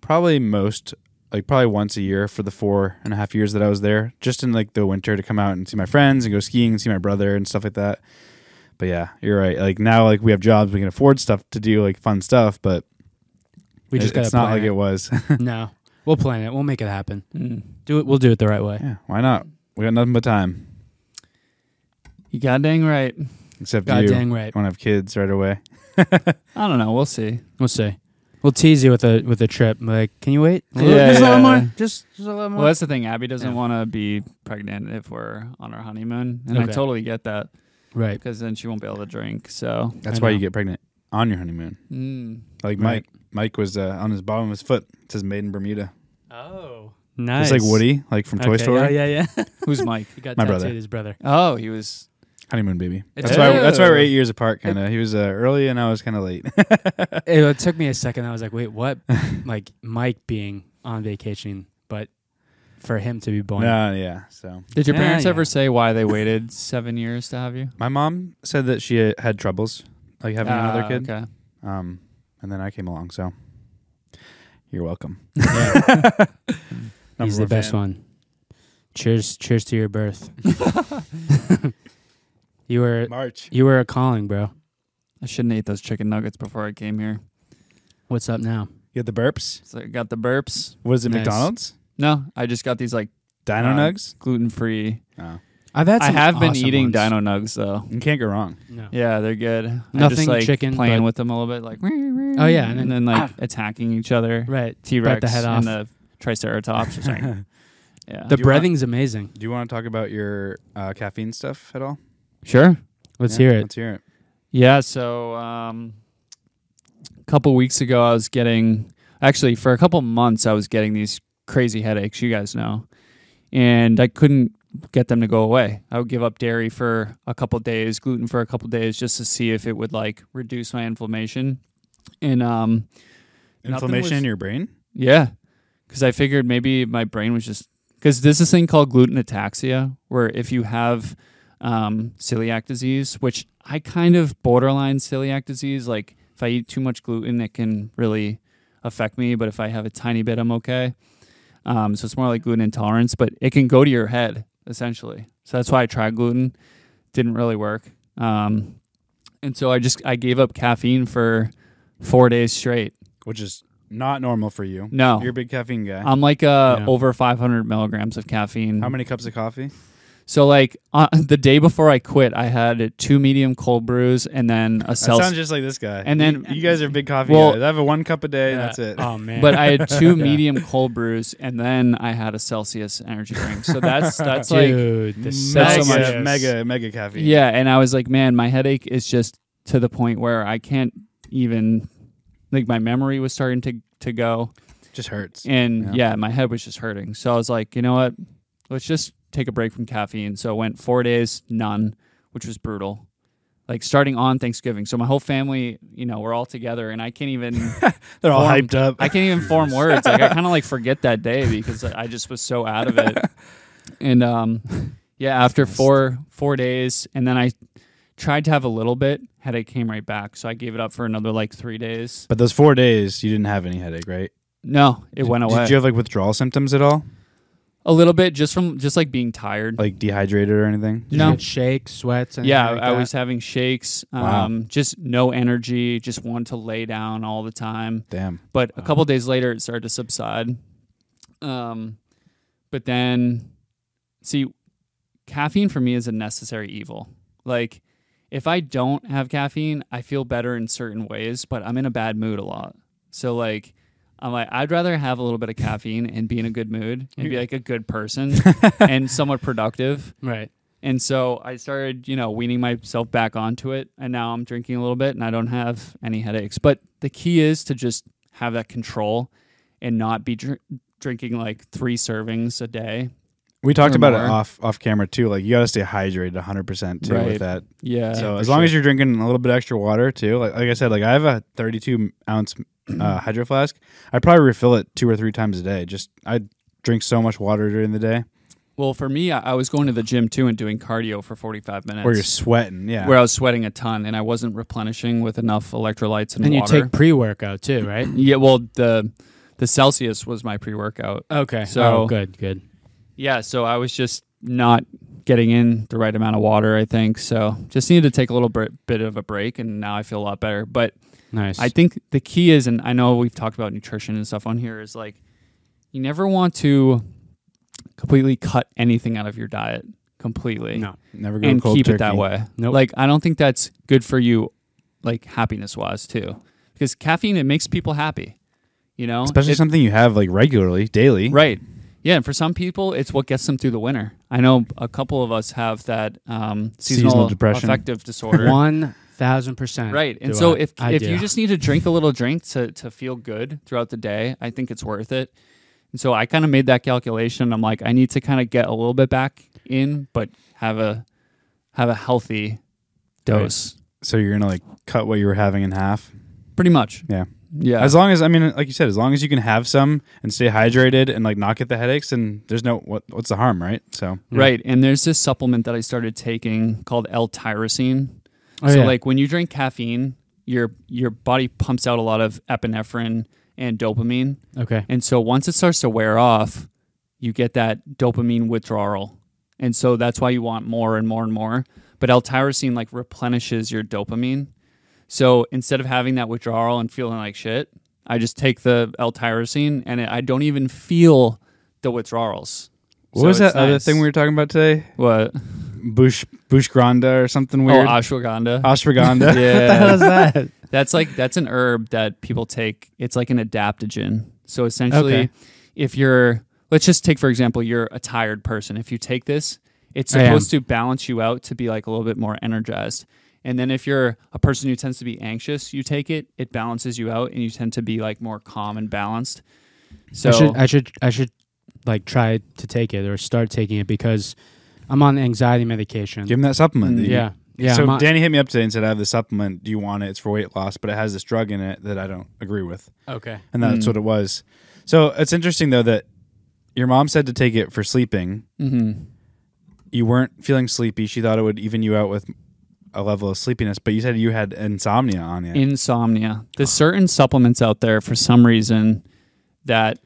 Speaker 3: probably most like probably once a year for the four and a half years that I was there, just in like the winter to come out and see my friends and go skiing and see my brother and stuff like that. But yeah, you're right. Like now, like we have jobs, we can afford stuff to do, like fun stuff. But
Speaker 2: We just
Speaker 3: it-
Speaker 2: got
Speaker 3: it's not like it was.
Speaker 2: no, we'll plan it. We'll make it happen.
Speaker 4: Mm.
Speaker 2: Do it. We'll do it the right way.
Speaker 3: yeah, why not? We got nothing but time,
Speaker 4: You god dang right.
Speaker 3: except
Speaker 2: God
Speaker 3: you.
Speaker 2: dang right.
Speaker 3: Want to have kids right away?
Speaker 4: I don't know. We'll see.
Speaker 2: We'll see. We'll tease you with a with a trip. Like, can you wait?
Speaker 4: Yeah, Just a little yeah. more.
Speaker 2: Just, just a little
Speaker 4: Well, that's the thing. Abby doesn't
Speaker 2: Yeah.
Speaker 4: want to be pregnant if we're on our honeymoon, and I
Speaker 2: Okay.
Speaker 4: totally get that
Speaker 2: right.
Speaker 4: because then she won't be able to drink. So
Speaker 3: That's
Speaker 2: I
Speaker 3: why
Speaker 2: know.
Speaker 3: you get pregnant. on your honeymoon.
Speaker 4: Mm.
Speaker 3: Like
Speaker 2: Right.
Speaker 3: Mike, Mike was uh, on his bottom of his foot. It says "Made in Bermuda."
Speaker 4: Oh.
Speaker 2: Nice.
Speaker 3: It's like Woody, like from Toy
Speaker 2: Okay,
Speaker 3: Story.
Speaker 2: Yeah, yeah, yeah.
Speaker 4: Who's Mike?
Speaker 2: he got
Speaker 3: My
Speaker 2: tattooed
Speaker 3: brother.
Speaker 2: his brother.
Speaker 4: Oh, he was.
Speaker 3: Honeymoon baby.
Speaker 4: It's-
Speaker 3: That's why. That's why we're
Speaker 4: Ew.
Speaker 3: eight years apart. Kind of. He was uh, early, and I was kind of late.
Speaker 2: It, it took me a second. I was like, wait, what? like Mike being on vacation, but for him to be born.
Speaker 3: no, yeah. So
Speaker 4: Did your
Speaker 2: Yeah,
Speaker 4: parents
Speaker 2: yeah.
Speaker 4: ever say why they waited seven years to have you?
Speaker 3: my mom said that she uh, had troubles, like having another
Speaker 4: Ah,
Speaker 3: kid.
Speaker 4: Okay.
Speaker 3: Um, and then I came along. So you're welcome.
Speaker 2: He's the best one. Cheers! Cheers to your birth. you were
Speaker 3: March.
Speaker 2: you were a calling, bro.
Speaker 4: I shouldn't eat those chicken nuggets before I came here.
Speaker 2: What's up now?
Speaker 3: You had the burps.
Speaker 4: So I got the burps.
Speaker 3: Was it
Speaker 2: Nice.
Speaker 3: McDonald's?
Speaker 4: No, I just got these like
Speaker 3: Dino
Speaker 4: Um,
Speaker 3: nugs.
Speaker 4: gluten free.
Speaker 3: Oh.
Speaker 2: I've had.
Speaker 4: I
Speaker 2: some
Speaker 4: have been
Speaker 2: awesome
Speaker 4: eating
Speaker 2: ones.
Speaker 4: Dino Nugs though.
Speaker 3: You can't go wrong.
Speaker 2: No.
Speaker 4: Yeah, they're good. I'm
Speaker 2: Nothing
Speaker 4: just, like,
Speaker 2: chicken,
Speaker 4: Playing
Speaker 2: but-
Speaker 4: with them a little bit, like
Speaker 2: Oh, yeah, and
Speaker 4: and
Speaker 2: then-
Speaker 4: then, like attacking each other.
Speaker 2: Right.
Speaker 4: T Rex
Speaker 2: the head
Speaker 4: and the Triceratops or something. yeah.
Speaker 2: The
Speaker 3: Do you wanna-
Speaker 2: breathing's amazing.
Speaker 3: Do you want to talk about your uh, caffeine stuff at all?
Speaker 4: sure.
Speaker 2: Let's
Speaker 3: Yeah,
Speaker 2: hear it.
Speaker 3: Let's hear it.
Speaker 4: Yeah, so um, a couple weeks ago, I was getting actually for a couple months, I was getting these crazy headaches. You guys know, and I couldn't get them to go away. I would give up dairy for a couple days, gluten for a couple days, just to see if it would like reduce my inflammation. And um, Nothing
Speaker 3: Inflammation in
Speaker 4: was-
Speaker 3: your brain.
Speaker 4: yeah, because I figured maybe my brain was just because there's this thing called gluten ataxia, where if you have um, celiac disease, which I kind of borderline celiac disease, like if I eat too much gluten, it can really affect me. But if I have a tiny bit, I'm okay. Um, so it's more like gluten intolerance, but it can go to your head essentially. So that's why I tried gluten, didn't really work. Um, and so I just I gave up caffeine for four days straight.
Speaker 3: which is not normal for you.
Speaker 4: No,
Speaker 3: You're a big caffeine guy.
Speaker 4: I'm like uh,
Speaker 2: Yeah.
Speaker 4: over 500 milligrams of caffeine.
Speaker 3: How many cups of coffee?
Speaker 4: So like uh, the day before I quit, I had two medium cold brews and then a
Speaker 3: That sounds
Speaker 4: Celsius.
Speaker 3: just like this guy.
Speaker 4: And then-
Speaker 3: you, you guys are big coffee
Speaker 4: Well-
Speaker 3: guys. I have a one cup a day, and
Speaker 4: Yeah.
Speaker 3: that's it.
Speaker 2: Oh man.
Speaker 4: But I had two
Speaker 2: Yeah.
Speaker 4: medium cold brews and then I had a Celsius energy drink. So that's that's like
Speaker 2: dude, the
Speaker 4: so
Speaker 3: mega,
Speaker 2: Celsius.
Speaker 4: much-
Speaker 3: mega, mega caffeine.
Speaker 4: yeah. And I was like, man, my headache is just to the point where I can't even like my memory was starting to to go
Speaker 3: just hurts.
Speaker 4: and
Speaker 3: Yeah.
Speaker 4: yeah, my head was just hurting. So I was like, you know what? Let's just take a break from caffeine. So I went four days, none, which was brutal. Like starting on Thanksgiving. So my whole family, you know, we're all together and I can't even
Speaker 3: They're all
Speaker 4: Form-
Speaker 3: hyped up.
Speaker 4: I can't even form words. Like I kinda like forget that day because I just was so out of it. And um yeah, after four four days and then I tried to have a little bit, headache came right back. So I gave it up for another like three days.
Speaker 3: but those four days, you didn't have any headache, right?
Speaker 4: No, it went away.
Speaker 3: Did you have like withdrawal symptoms at all,
Speaker 4: a little bit just from just like being tired.
Speaker 3: like dehydrated or anything?
Speaker 2: Did you
Speaker 4: No.
Speaker 2: get shakes, sweats, and
Speaker 4: yeah,
Speaker 2: like
Speaker 4: I
Speaker 2: that?
Speaker 4: was having shakes. Um,
Speaker 3: Wow.
Speaker 4: Just no energy. Just wanted to lay down all the time.
Speaker 3: Damn.
Speaker 4: But a couple days later, it started to subside. Um, but then, see, caffeine for me is a necessary evil. Like, if I don't have caffeine, I feel better in certain ways, but I'm in a bad mood a lot. So like. I'm like, I'd rather have a little bit of caffeine and be in a good mood and be like a good person and somewhat productive
Speaker 2: right.
Speaker 4: and so I started, you know, weaning myself back onto it. And now I'm drinking a little bit and I don't have any headaches. But the key is to just have that control and not be dr- drinking like three servings a day.
Speaker 3: We talked
Speaker 4: Or
Speaker 3: about it
Speaker 4: more.
Speaker 3: off off camera too. Like you gotta stay hydrated 100 percent too with
Speaker 4: Right. Uh,
Speaker 3: that.
Speaker 4: Yeah.
Speaker 3: so as long as you're drinking a little bit extra water too, like, like I said, like I have a 32 ounce uh, hydro flask. I probably refill it two or three times a day. Just I drink so much water during the day,
Speaker 4: well, for me, I, I was going to the gym too and doing cardio for 45 minutes
Speaker 3: or you're sweating. Yeah,
Speaker 4: where I was sweating a ton and I wasn't replenishing with enough electrolytes and,
Speaker 2: And you
Speaker 4: water.
Speaker 2: take pre-workout too, right?
Speaker 4: yeah. Well, the, the Celsius was my pre workout.
Speaker 2: Okay.
Speaker 4: So-
Speaker 2: oh, good, good.
Speaker 4: Yeah, so I was just not getting in the right amount of water, I think. So just needed to take a little bit, bit of a break, and now I feel a lot better. But
Speaker 2: Nice.
Speaker 4: I think the key is, and I know we've talked about nutrition and stuff on here, is like you never want to completely cut anything out of your diet completely
Speaker 2: no.
Speaker 3: never go
Speaker 4: and
Speaker 3: cold
Speaker 4: keep
Speaker 3: turkey.
Speaker 4: it that way.
Speaker 2: Nope.
Speaker 4: Like I don't think that's good for you, like happiness wise too, because caffeine it makes people happy. You know,
Speaker 3: especially
Speaker 4: It-
Speaker 3: something you have like regularly, daily.
Speaker 4: Right. Yeah, and for some people, it's what gets them through the winter. I know a couple of us have that um, seasonal,
Speaker 3: Seasonal depression.
Speaker 4: affective disorder.
Speaker 2: One thousand percent.
Speaker 4: Right. And
Speaker 2: do
Speaker 4: so
Speaker 2: I-
Speaker 4: if
Speaker 2: I
Speaker 4: if
Speaker 2: do.
Speaker 4: you just need to drink a little drink to to feel good throughout the day, I think it's worth it. And so I kind of made that calculation. I'm like, I need to kind of get a little bit back in, but have a have a healthy dose.
Speaker 3: So you're gonna like cut what you were having in half.
Speaker 4: Pretty much.
Speaker 3: Yeah.
Speaker 4: Yeah.
Speaker 3: As long as I mean, like you said, as long as you can have some and stay hydrated and like not get the headaches, and there's no what what's the harm, right? So
Speaker 4: Right. And there's this supplement that I started taking called L-tyrosine.
Speaker 2: Oh,
Speaker 4: so
Speaker 2: yeah.
Speaker 4: like when you drink caffeine, your your body pumps out a lot of epinephrine and dopamine.
Speaker 2: okay,
Speaker 4: And so once it starts to wear off, you get that dopamine withdrawal. And so that's why you want more and more and more. But L-tyrosine like replenishes your dopamine. So instead of having that withdrawal and feeling like shit, I just take the L-tyrosine and it, I don't even feel the withdrawals.
Speaker 3: what
Speaker 4: So
Speaker 3: was that
Speaker 4: it's
Speaker 3: other
Speaker 4: nice.
Speaker 3: thing we were talking about today?
Speaker 4: What?
Speaker 3: Bush Bush Granda or something weird.
Speaker 4: Oh, ashwagandha.
Speaker 3: Ashwagandha.
Speaker 4: yeah,
Speaker 2: that?
Speaker 4: that's like that's an herb that people take. It's like an adaptogen. So essentially,
Speaker 2: Okay.
Speaker 4: if you're, let's just take for example, you're a tired person. If you take this, it's
Speaker 2: I am.
Speaker 4: supposed to balance you out to be like a little bit more energized. And then if you're a person who tends to be anxious, you take it, it balances you out, and you tend to be like more calm and balanced. So
Speaker 2: I should I should I should like try to take it or start taking it because I'm on anxiety medication.
Speaker 3: Give him that supplement. that you-
Speaker 2: yeah, yeah.
Speaker 3: so
Speaker 2: I'm on-
Speaker 3: Danny hit me up today and said, "I have this supplement. Do you want it? It's for weight loss, but it has this drug in it that I don't agree with."
Speaker 2: okay.
Speaker 3: And that's
Speaker 4: Mm.
Speaker 3: what it was. So it's interesting though that your mom said to take it for sleeping.
Speaker 4: mhm.
Speaker 3: You weren't feeling sleepy. She thought it would even you out with a level of sleepiness, but you said you had insomnia on you.
Speaker 4: insomnia. There's certain supplements out there for some reason that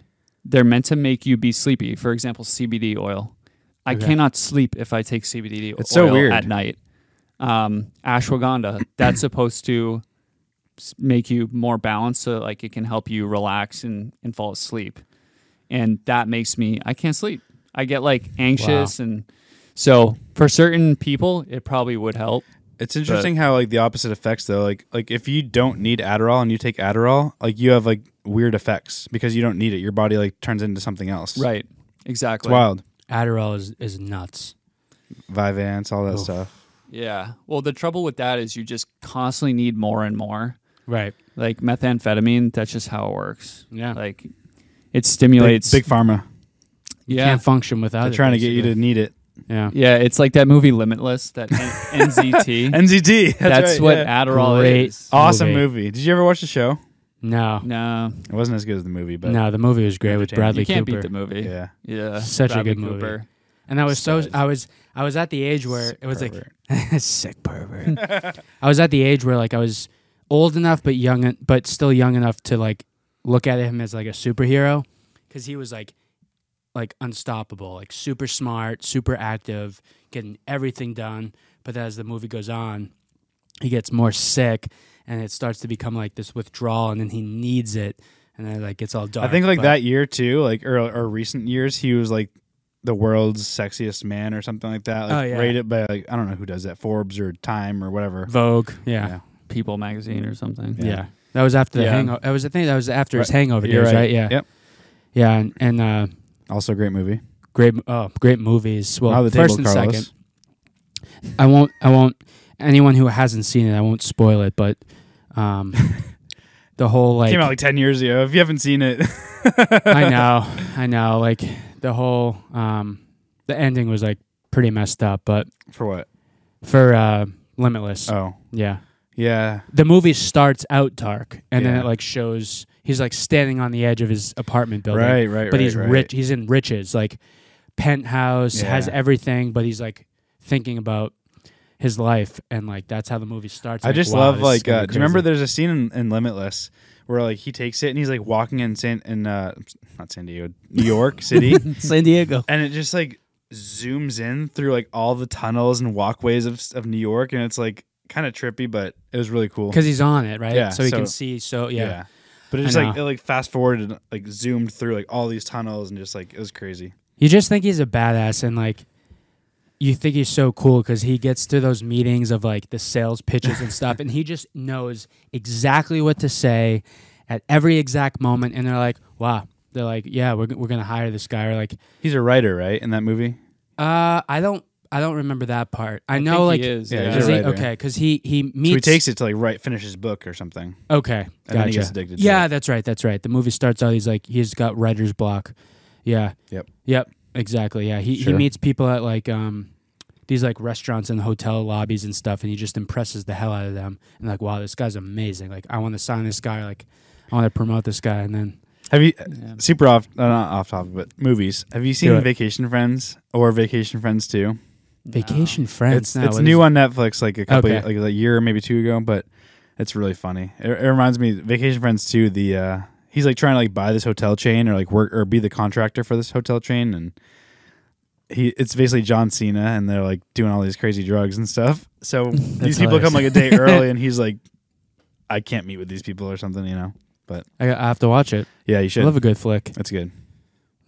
Speaker 4: they're meant to make you be sleepy. For example, CBD oil. I
Speaker 2: Okay.
Speaker 4: cannot sleep if I take CBD oil
Speaker 3: It's so weird.
Speaker 4: at night. Um, ashwagandha. That's supposed to s- make you more balanced, so like it can help you relax and and fall asleep. And that makes me I can't sleep. I get like anxious and so for certain people it probably would help.
Speaker 3: It's interesting how like the opposite effects though. Like like if you don't need Adderall and you take Adderall, like you have like weird effects because you don't need it. Your body like turns into something else.
Speaker 4: Right. Exactly.
Speaker 3: It's wild.
Speaker 2: Adderall is is nuts.
Speaker 3: Vyvanse, all that
Speaker 2: Oof.
Speaker 3: stuff.
Speaker 4: Yeah. Well, the trouble with that is you just constantly need more and more.
Speaker 2: Right.
Speaker 4: Like methamphetamine, that's just how it works.
Speaker 2: Yeah.
Speaker 4: Like it
Speaker 3: Big,
Speaker 4: stimulates.
Speaker 3: big pharma.
Speaker 4: yeah.
Speaker 2: Can't function without
Speaker 3: They're
Speaker 2: it.
Speaker 3: trying to get you to
Speaker 2: basically.
Speaker 3: need it.
Speaker 2: Yeah.
Speaker 4: yeah. It's like that movie Limitless, that N- NZT.
Speaker 3: NZT. That's,
Speaker 4: that's
Speaker 3: right,
Speaker 4: what
Speaker 3: yeah.
Speaker 4: Adderall
Speaker 2: Great.
Speaker 4: is.
Speaker 3: Awesome
Speaker 2: Movie.
Speaker 3: movie. Did you ever watch the show?
Speaker 2: No.
Speaker 4: No,
Speaker 3: It wasn't as good as the movie, but
Speaker 2: No, the movie was great with
Speaker 3: Entertainment.
Speaker 2: Bradley
Speaker 4: you can't
Speaker 2: Cooper.
Speaker 4: beat the movie. Yeah.
Speaker 3: yeah.
Speaker 2: Such a
Speaker 4: Bradley
Speaker 2: good movie.
Speaker 4: Cooper.
Speaker 2: and I was so
Speaker 3: Sick
Speaker 2: I was I was at the age where it was
Speaker 3: pervert.
Speaker 2: like sick pervert. I was at the age where like I was old enough but young en- but still young enough to like look at him as like a superhero cuz he was like like unstoppable, like super smart, super active, getting everything done, but as the movie goes on, he gets more sick and it starts to become like this withdrawal and then he needs it and then like it's all dark.
Speaker 3: I think like
Speaker 2: but-
Speaker 3: that year too, like or, or recent years, he was like the world's sexiest man or something like that. Like,
Speaker 2: Oh, yeah.
Speaker 3: Rated by like I don't know who does that, Forbes or Time or whatever.
Speaker 2: Vogue, yeah.
Speaker 3: Yeah.
Speaker 4: People magazine or something.
Speaker 2: Yeah. That was after the
Speaker 4: Yeah.
Speaker 2: hangover. That was I think that was after his
Speaker 3: Right.
Speaker 2: hangover
Speaker 3: You're
Speaker 2: days, right? Yeah.
Speaker 3: Yep.
Speaker 2: Yeah, and, and uh
Speaker 3: Also a great movie.
Speaker 2: great oh, great movies. Well,
Speaker 3: Now the
Speaker 2: first
Speaker 3: table,
Speaker 2: and
Speaker 3: Carlos.
Speaker 2: second. I won't I won't anyone who hasn't seen it, I won't spoil it, but um the whole like
Speaker 3: Came out like ten years ago. If you haven't seen it,
Speaker 2: I know. I know like the whole um the ending was like pretty messed up, but
Speaker 3: for what?
Speaker 2: for uh Limitless.
Speaker 3: Oh,
Speaker 2: Yeah.
Speaker 3: yeah.
Speaker 2: The movie starts out dark and then
Speaker 3: Yeah.
Speaker 2: it like shows he's like standing on the edge of his apartment building.
Speaker 3: Right, right.
Speaker 2: but he's
Speaker 3: right, right.
Speaker 2: rich. He's in riches, like penthouse, has
Speaker 3: Yeah.
Speaker 2: everything, but he's like thinking about his life, and like that's how the movie starts.
Speaker 3: I
Speaker 2: Like,
Speaker 3: just
Speaker 2: wow,
Speaker 3: love
Speaker 2: this is
Speaker 3: like.
Speaker 2: gonna
Speaker 3: Uh,
Speaker 2: be
Speaker 3: do you remember
Speaker 2: crazy.
Speaker 3: there's a scene in, in Limitless where like he takes it and he's like walking in San in uh not San Diego New York City
Speaker 2: San Diego?
Speaker 3: and it just like zooms in through like all the tunnels and walkways of of New York and it's like kind of trippy but it was really cool.
Speaker 2: Because he's on it, right?
Speaker 3: Yeah,
Speaker 2: so he
Speaker 3: so-
Speaker 2: can see. So yeah.
Speaker 3: But it
Speaker 2: I
Speaker 3: just like
Speaker 2: know.
Speaker 3: it like fast forwarded and, like zoomed through like all these tunnels and just like it was crazy.
Speaker 2: you just think he's a badass, and like. You think he's so cool because he gets to those meetings of like the sales pitches and stuff, and he just knows exactly what to say at every exact moment. And they're like, "Wow!" They're like, "Yeah, we're, g- we're gonna hire this guy." Or like,
Speaker 3: He's a writer, right? In that movie,
Speaker 2: Uh, I don't. I don't remember that part. I,
Speaker 4: think
Speaker 2: know like
Speaker 4: he is.
Speaker 3: Yeah,
Speaker 4: Yeah,
Speaker 3: he's
Speaker 2: is
Speaker 3: a
Speaker 2: he
Speaker 3: writer.
Speaker 2: okay? Because he he meets.
Speaker 3: So he takes it to like write, finish his book or something,
Speaker 2: Okay,
Speaker 3: and then he
Speaker 2: gotcha.
Speaker 3: gets addicted. to
Speaker 2: Yeah,
Speaker 3: it.
Speaker 2: that's right. That's right. The movie starts out. He's like he's got writer's block. Yeah.
Speaker 3: Yep.
Speaker 2: Yep. Exactly. Yeah. He
Speaker 3: Sure.
Speaker 2: he meets people at like um these like restaurants and hotel lobbies and stuff, and he just impresses the hell out of them. And like, wow, this guy's amazing. Like, I want to sign this guy. Like, I want to promote this guy. And then
Speaker 3: Have you
Speaker 4: Yeah.
Speaker 3: super off? Uh, not off topic, but movies. Have you
Speaker 2: Do
Speaker 3: seen
Speaker 2: it.
Speaker 3: Vacation Friends or Vacation Friends Two?
Speaker 2: Vacation Friends.
Speaker 3: It's
Speaker 2: now,
Speaker 3: it's
Speaker 2: what is it?
Speaker 3: new on Netflix, like a couple
Speaker 2: Okay.
Speaker 3: like, a year maybe two ago, but it's really funny. It, it reminds me Vacation Friends Two. The uh, he's like trying to like buy this hotel chain or like work or be the contractor for this hotel chain, and he it's basically John Cena, and they're like doing all these crazy drugs and stuff. So these people
Speaker 2: hilarious.
Speaker 3: come like a day early, and he's like, I can't meet with these people or something, you know.
Speaker 2: I, I have to watch it.
Speaker 3: Yeah, you
Speaker 2: I
Speaker 3: should.
Speaker 2: love a good flick.
Speaker 3: That's good.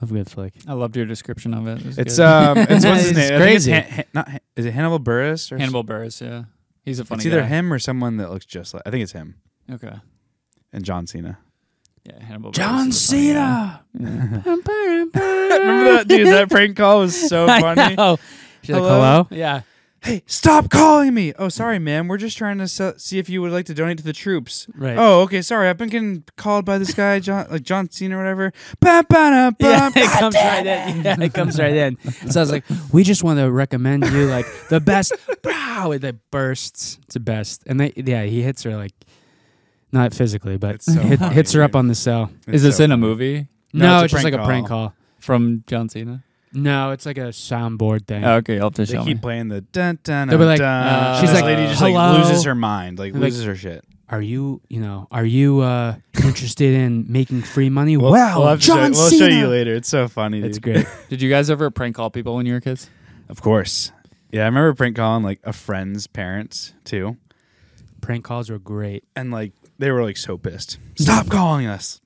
Speaker 2: Love a good flick.
Speaker 4: I loved your description of it. It was
Speaker 3: It's
Speaker 4: good.
Speaker 2: uh,
Speaker 3: um, it's what's
Speaker 2: It's
Speaker 3: his name? I think it's
Speaker 2: crazy.
Speaker 3: Han- Han- not Han- is it Hannibal Burris or
Speaker 4: Hannibal Burris. Yeah, he's a funny.
Speaker 3: It's either
Speaker 4: guy.
Speaker 3: him or someone that looks just like. I think it's him
Speaker 4: Okay.
Speaker 3: and John Cena.
Speaker 4: Yeah, Hannibal.
Speaker 2: John
Speaker 4: Buress is a funny guy.
Speaker 2: Cena. Remember
Speaker 3: Remember that dude? That prank call was so funny.
Speaker 2: She's like,
Speaker 3: Hello?
Speaker 2: hello.
Speaker 4: Yeah.
Speaker 3: Hey, stop calling me! Oh, sorry, ma'am. We're just trying to se- see if you would like to donate to the troops.
Speaker 2: Right.
Speaker 3: Oh, okay. Sorry, I've been getting called by this guy, John, like John Cena or whatever. Ba ba
Speaker 2: Yeah,
Speaker 3: da
Speaker 2: it comes right in. Yeah, it comes right in. So I was like, we just want to recommend you like the best. Wow, it like, bursts. It's the best. And they, yeah, he hits her like, not physically, but
Speaker 3: It's so
Speaker 2: hit,
Speaker 3: funny,
Speaker 2: hits her
Speaker 3: dude.
Speaker 2: up on the cell.
Speaker 4: Is this in a movie
Speaker 2: No,
Speaker 3: No,
Speaker 2: it's,
Speaker 3: it's a
Speaker 2: just like
Speaker 3: prank
Speaker 2: a prank call.
Speaker 4: from John Cena?
Speaker 2: No, it's like a soundboard thing.
Speaker 4: Oh, okay, you'll have to
Speaker 3: They
Speaker 4: show
Speaker 3: keep
Speaker 4: me.
Speaker 3: playing the dun dun.
Speaker 2: They'll be like, uh,
Speaker 3: dun.
Speaker 4: she's
Speaker 3: This
Speaker 4: like,
Speaker 3: lady just
Speaker 2: "Hello?"
Speaker 3: like loses her mind, like
Speaker 2: Like-
Speaker 3: loses her shit.
Speaker 2: Are you, you know, are you uh, interested in making free money?
Speaker 3: We'll-
Speaker 2: wow,
Speaker 3: we'll have to show-
Speaker 2: John
Speaker 3: We'll
Speaker 2: Cena.
Speaker 3: show you later. It's so funny.
Speaker 2: It's
Speaker 3: dude.
Speaker 2: great.
Speaker 4: Did you guys ever prank call people when you were kids?
Speaker 3: Of course. Yeah, I remember prank calling like a friend's parents too,
Speaker 2: prank calls were great.
Speaker 3: and like they were like so pissed. Stop calling us.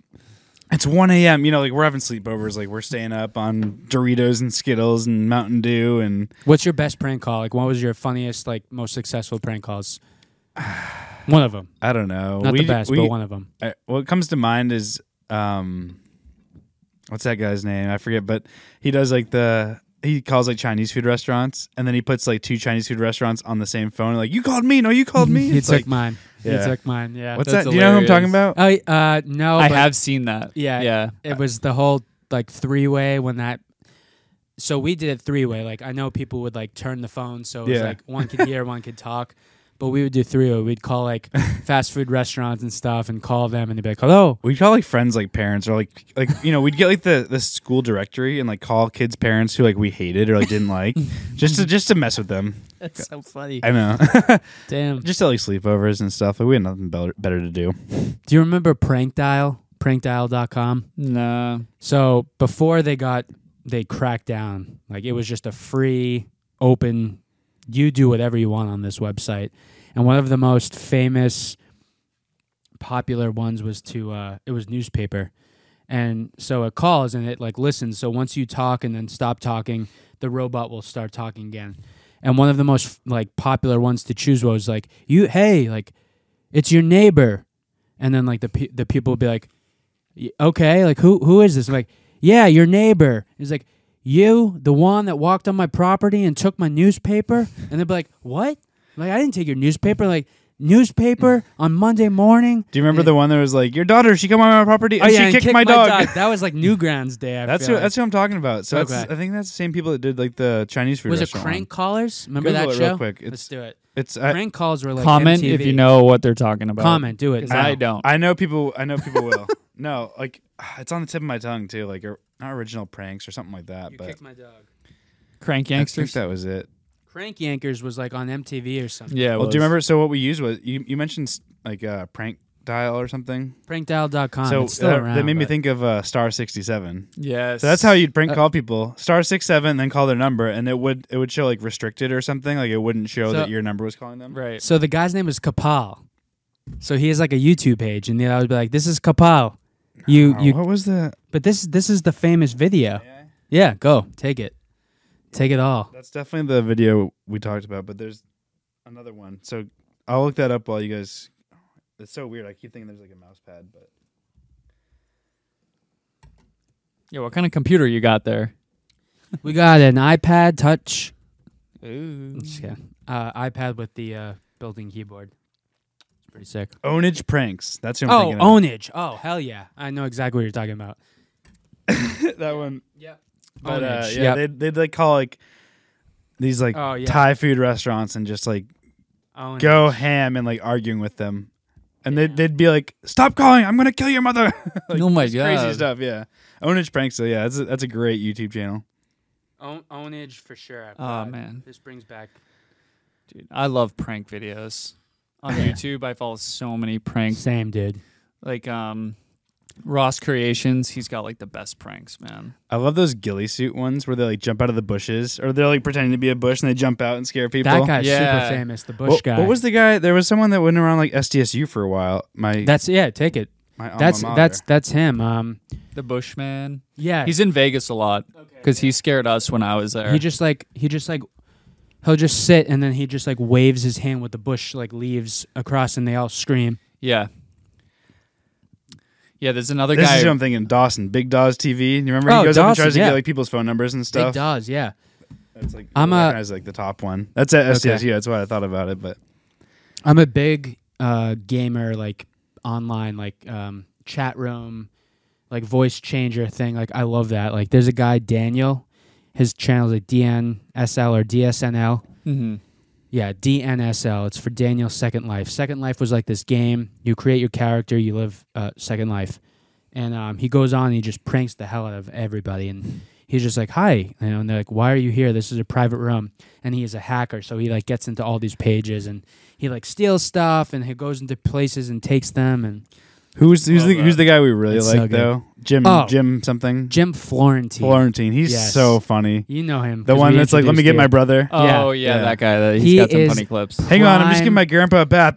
Speaker 3: It's 1 a.m. You know, like we're having sleepovers. Like we're staying up on Doritos and Skittles and Mountain Dew, and
Speaker 2: What's your best prank call? Like, what was your funniest, like, most successful prank calls? one of them,
Speaker 3: I don't know.
Speaker 2: not
Speaker 3: we,
Speaker 2: the best,
Speaker 3: we-
Speaker 2: but one of them.
Speaker 3: I, what comes to mind is um, what's that guy's name? I forget, but he does like the he calls like Chinese food restaurants, and then he puts like two Chinese food restaurants on the same phone. Like you called me, no, you called me.
Speaker 2: He
Speaker 3: It's
Speaker 2: took
Speaker 3: like,
Speaker 2: mine.
Speaker 3: Yeah.
Speaker 2: He took mine. Yeah.
Speaker 3: what's
Speaker 4: That's
Speaker 3: that? Do you know who I'm talking
Speaker 4: hilarious.
Speaker 3: about?
Speaker 2: I uh no.
Speaker 4: I
Speaker 2: but
Speaker 4: have seen that.
Speaker 2: Yeah.
Speaker 4: Yeah.
Speaker 2: It was the whole like three way when that. So we did it three way. Like I know people would like turn the phone, so it was
Speaker 3: Yeah.
Speaker 2: like one could hear, one could talk. But we would do three way. We'd call like fast food restaurants and stuff, and call them, and they'd be like, "Hello."
Speaker 3: We'd call like friends, like parents, or like like you know, we'd get like the the school directory and like call kids' parents who like we hated or like didn't like, just to just to mess with them.
Speaker 2: That's so funny.
Speaker 3: I know,
Speaker 2: Damn.
Speaker 3: just to like sleepovers and stuff. Like we had nothing better, better to do.
Speaker 2: Do you remember Prank Dial? Prankdial.com.
Speaker 4: No.
Speaker 2: So before they got they cracked down, like it was just a free, open, you do whatever you want on this website. And one of the most famous, popular ones was to uh, it was newspaper, and so it calls and it like listens. So once you talk and then stop talking, the robot will start talking again. And one of the most like popular ones to choose was like you hey like it's your neighbor, and then like the pe- the people would be like "Y- okay, like who who is this? I'm like, yeah, your neighbor. He's like, you, the one that walked on my property and took my newspaper. And they'd be like, what? I'm like I didn't take your newspaper. Like newspaper on Monday morning.
Speaker 3: Do you remember the one that was like your daughter? She come on my property and
Speaker 2: oh yeah,
Speaker 3: she
Speaker 2: and
Speaker 3: kicked
Speaker 2: kick
Speaker 3: my, dog.
Speaker 2: That was like Newgrounds Day. I
Speaker 3: That's
Speaker 2: feel
Speaker 3: who,
Speaker 2: like.
Speaker 3: that's who I'm talking about. So that's,
Speaker 2: Okay.
Speaker 3: I think that's the same people that did like the Chinese food.
Speaker 2: was it
Speaker 3: restaurant
Speaker 2: Crank
Speaker 3: one.
Speaker 2: Callers? Remember
Speaker 3: Google
Speaker 2: that
Speaker 3: it
Speaker 2: show?
Speaker 3: real quick.
Speaker 2: Let's
Speaker 3: It's-
Speaker 2: do it.
Speaker 3: It's I,
Speaker 2: Crank calls were like
Speaker 4: Comment
Speaker 2: MTV.
Speaker 4: if you know what they're talking about.
Speaker 2: Comment, do it.
Speaker 4: 'Cause I
Speaker 2: now.
Speaker 4: don't.
Speaker 3: I know people. I know people will. No, like it's on the tip of my tongue too. Like or, not original pranks or something like that.
Speaker 2: You
Speaker 3: but
Speaker 2: kicked my dog.
Speaker 4: Crank
Speaker 3: I think
Speaker 4: Yanksters.
Speaker 3: that was it.
Speaker 2: Crank Yankers was like on MTV or something.
Speaker 4: Yeah. it
Speaker 3: Well, do you
Speaker 4: was.
Speaker 3: remember? So what we used was you, you mentioned s- like uh, prank dial or something.
Speaker 2: Prankdial.com.
Speaker 3: so
Speaker 2: Ah,
Speaker 3: uh,
Speaker 2: it's still
Speaker 3: that,
Speaker 2: around.
Speaker 3: that made me
Speaker 2: but-
Speaker 3: think of uh, star sixty seven.
Speaker 4: Yes.
Speaker 3: So that's how you'd prank call people star six seven, then call their number, and it would it would show like restricted or something. Like it wouldn't show
Speaker 2: So-
Speaker 3: that your number was calling them.
Speaker 4: Right.
Speaker 2: So the guy's name is Kapal. So he has like a YouTube page, and then I would be like, "This is Kapal." You
Speaker 3: Oh,
Speaker 2: you,
Speaker 3: what was the?
Speaker 2: but this this is the famous video.
Speaker 3: Yeah.
Speaker 2: Yeah, go take it, take it all.
Speaker 3: That's definitely the video we talked about, but there's another one. So I'll look that up while you guys. It's so weird. I keep thinking there's like a mouse pad, but
Speaker 4: Yeah. What kind of computer you got there?
Speaker 2: We got an iPad Touch.
Speaker 4: Ooh.
Speaker 2: Yeah. Uh, iPad with the uh, built-in keyboard. It's pretty sick.
Speaker 3: Ownage pranks. That's who I'm
Speaker 2: Oh,
Speaker 3: thinking. of.
Speaker 2: Ownage. Oh, hell yeah. I know exactly what you're talking about.
Speaker 3: that one.
Speaker 2: Yeah.
Speaker 3: But uh,
Speaker 2: Ownage,
Speaker 3: yeah,
Speaker 2: yep.
Speaker 3: they'd, they'd like call like these like
Speaker 2: Oh, yeah.
Speaker 3: Thai food restaurants and just like
Speaker 2: Ownage.
Speaker 3: go ham and like arguing with them. And they'd, they'd be like, "Stop calling! I'm gonna kill your mother!" Like,
Speaker 4: oh my
Speaker 3: just
Speaker 4: god.
Speaker 3: Crazy stuff. Yeah, Ownage pranks. So yeah, that's a, that's a great YouTube channel.
Speaker 2: Own- ownage for sure. I
Speaker 4: Oh
Speaker 2: forgot.
Speaker 4: man,
Speaker 2: This brings back.
Speaker 4: dude, I love prank videos. On YouTube, I follow so many pranks.
Speaker 2: Same, dude.
Speaker 4: Like um, Ross Creations, he's got like the best pranks, man.
Speaker 3: I love those ghillie suit ones where they like jump out of the bushes or they're like pretending to be a bush and they jump out and scare people.
Speaker 2: That guy's
Speaker 4: Yeah.
Speaker 2: super famous. The Bush
Speaker 3: What,
Speaker 2: guy.
Speaker 3: what was the guy? There was someone that went around like SDSU for a while. My
Speaker 2: That's yeah. Take it.
Speaker 3: my alma
Speaker 2: That's
Speaker 3: mater.
Speaker 2: that's that's him. Um.
Speaker 4: The Bushman.
Speaker 2: Yeah.
Speaker 4: He's in Vegas a lot because he scared us when I was there.
Speaker 2: he just like he just like he'll just sit and then he just like waves his hand with the bush like leaves across and they all scream.
Speaker 4: yeah. Yeah, there's another
Speaker 3: this
Speaker 4: guy.
Speaker 3: is who I'm thinking. Dawson, Big Dawes TV. You remember
Speaker 2: Oh,
Speaker 3: he goes up and
Speaker 2: Dawson,
Speaker 3: tries to
Speaker 2: yeah.
Speaker 3: get like people's phone numbers and
Speaker 2: Big
Speaker 3: stuff.
Speaker 2: does. Yeah.
Speaker 3: That's like
Speaker 2: I'm
Speaker 3: I'm
Speaker 2: a-
Speaker 3: like the top one. That's at SDSU. That's why I thought about it. But
Speaker 2: I'm a big uh, gamer, like online, like um, chat room, like voice changer thing. Like I love that. Like there's a guy Daniel, his channel is like DNSL or DSNL.
Speaker 4: Mhm.
Speaker 2: Yeah, DNSL. It's for Daniel Second Life. Second Life was like this game. You create your character, you live uh, Second Life, and um, he goes on and he just pranks the hell out of everybody. And he's just like, "Hi," you know, and they're like, "Why are you here? This is a private room." And he is a hacker, so he like gets into all these pages and he like steals stuff and he goes into places and takes them. And
Speaker 3: who's who's
Speaker 4: Love
Speaker 3: the
Speaker 4: that.
Speaker 3: who's the guy we really
Speaker 2: It's so
Speaker 3: like
Speaker 2: good.
Speaker 3: though? Jim
Speaker 2: Oh.
Speaker 3: Jim something.
Speaker 2: Jim Florentine,
Speaker 3: Florentine. He's
Speaker 2: Yes.
Speaker 3: so funny.
Speaker 2: you know him,
Speaker 3: The
Speaker 2: 'cause
Speaker 3: one
Speaker 2: we
Speaker 3: that's like, let me get
Speaker 2: introduced
Speaker 3: my
Speaker 2: you.
Speaker 3: brother.
Speaker 4: Oh yeah,
Speaker 3: Yeah.
Speaker 4: that guy. That, he's
Speaker 2: He
Speaker 4: got some
Speaker 2: is-
Speaker 4: funny clips.
Speaker 3: Hang on, I'm just
Speaker 2: Prime-
Speaker 3: giving my grandpa a bath.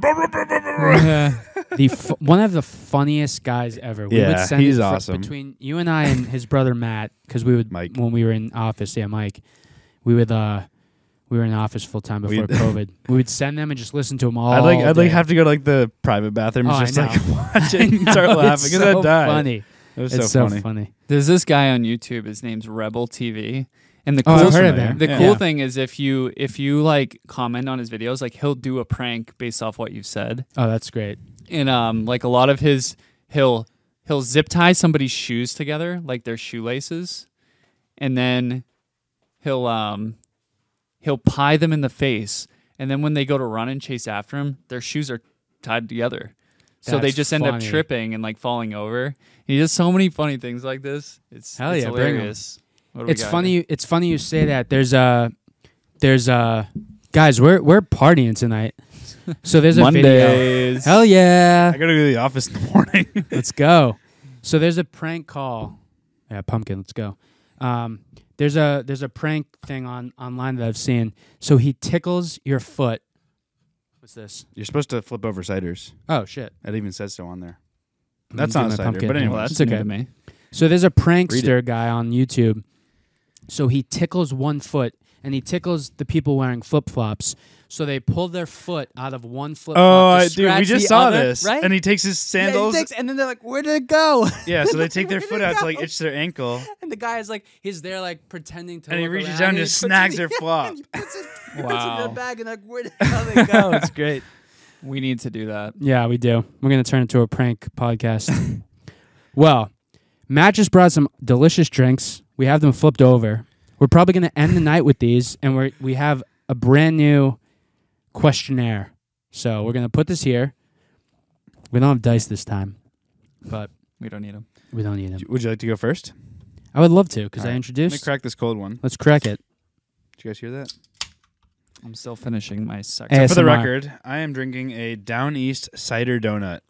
Speaker 2: the f- one of the funniest guys ever. We would
Speaker 3: Yeah,
Speaker 2: send
Speaker 3: he's
Speaker 2: it fr-
Speaker 3: awesome.
Speaker 2: Between you and I and his brother Matt, because we would
Speaker 3: Mike.
Speaker 2: when we were in office. Yeah, Mike. We would uh, we were in office full time before
Speaker 3: We'd-
Speaker 2: COVID. We would send them and just listen to them all.
Speaker 3: I'd like I'd
Speaker 2: day.
Speaker 3: like have to go to like the private bathroom
Speaker 2: Oh, I
Speaker 3: and just like
Speaker 2: know.
Speaker 3: watch it and
Speaker 2: I know,
Speaker 3: start laughing
Speaker 2: It's
Speaker 3: because
Speaker 2: so
Speaker 3: I died.
Speaker 2: funny.
Speaker 3: It was
Speaker 2: It's
Speaker 3: so funny.
Speaker 4: There's this guy on YouTube. His name's Rebel TV, and the
Speaker 2: Oh,
Speaker 4: cool
Speaker 2: I've heard of
Speaker 3: familiar.
Speaker 2: him.
Speaker 4: The
Speaker 3: Yeah.
Speaker 4: cool
Speaker 2: Yeah.
Speaker 4: thing is if you if you like comment on his videos, like he'll do a prank based off what you've said.
Speaker 2: Oh, that's great.
Speaker 4: And um like a lot of his he'll he'll zip tie somebody's shoes together, like their shoelaces, and then he'll um he'll pie them in the face. And then when they go to run and chase after him, their shoes are tied together. so they
Speaker 2: That's
Speaker 4: just end up
Speaker 2: funny.
Speaker 4: tripping and like falling over. he does so many funny things like this. It's,
Speaker 2: Hell
Speaker 4: it's
Speaker 2: yeah, bring 'em.
Speaker 4: hilarious. What do we
Speaker 2: It's
Speaker 4: got
Speaker 2: funny.
Speaker 4: here?
Speaker 2: It's funny you say that. There's a there's a guys. We're we're partying tonight. So there's a video.
Speaker 4: Mondays.
Speaker 2: Hell yeah!
Speaker 3: I gotta go to the office in the morning.
Speaker 2: let's go. So there's a prank call. Yeah, pumpkin, let's go. Um, there's a there's a prank thing on online that I've seen. So he tickles your foot. What's this?
Speaker 3: You're supposed to flip over ciders.
Speaker 2: Oh shit.
Speaker 3: It even says so on there.
Speaker 2: I'm
Speaker 3: That's
Speaker 2: gonna
Speaker 3: not a
Speaker 2: get my
Speaker 3: cider, but anyway.
Speaker 4: Well, that's
Speaker 2: It's
Speaker 4: new
Speaker 2: okay.
Speaker 4: to me.
Speaker 2: So there's a prankster guy on YouTube. So he tickles one foot and he tickles the people wearing flip flops. So they pull their foot out of one flip
Speaker 3: Oh,
Speaker 2: flop.
Speaker 3: I,
Speaker 2: to
Speaker 3: dude, we
Speaker 2: scratch
Speaker 3: just
Speaker 2: the
Speaker 3: saw
Speaker 2: other-
Speaker 3: this,
Speaker 2: Right?
Speaker 3: and he takes his
Speaker 2: Yeah, he
Speaker 3: sandals.
Speaker 2: takes- and then they're like, "Where did it go?"
Speaker 3: Yeah, so they take their foot out to like itch their ankle,
Speaker 2: And the guy is like, he's there like pretending to.
Speaker 3: and he
Speaker 2: look
Speaker 3: reaches
Speaker 2: around
Speaker 3: down
Speaker 2: and
Speaker 3: and
Speaker 2: he
Speaker 3: just
Speaker 2: puts
Speaker 3: snags
Speaker 2: it-
Speaker 3: their flop.
Speaker 2: puts it,
Speaker 4: in Wow. the
Speaker 2: bag and like, where the hell they go? it's great.
Speaker 4: We need to do that.
Speaker 2: Yeah, we do. We're gonna turn it to a prank podcast. well, Matt just brought some delicious drinks. We have them flipped over. We're probably gonna end the night with these, and we are we have a brand new questionnaire. So we're gonna put this here. We don't have dice this time, but
Speaker 4: We don't need them.
Speaker 2: we don't need them.
Speaker 3: Would you like to go first?
Speaker 2: I would love to because
Speaker 3: All
Speaker 2: I
Speaker 3: right. Let me
Speaker 2: introduced.
Speaker 3: crack this cold one.
Speaker 2: Let's crack it.
Speaker 3: Did you guys hear that?
Speaker 4: I'm still finishing my section.
Speaker 2: Hey,
Speaker 3: For the
Speaker 2: ASMR.
Speaker 3: record, I am drinking a Down East cider donut.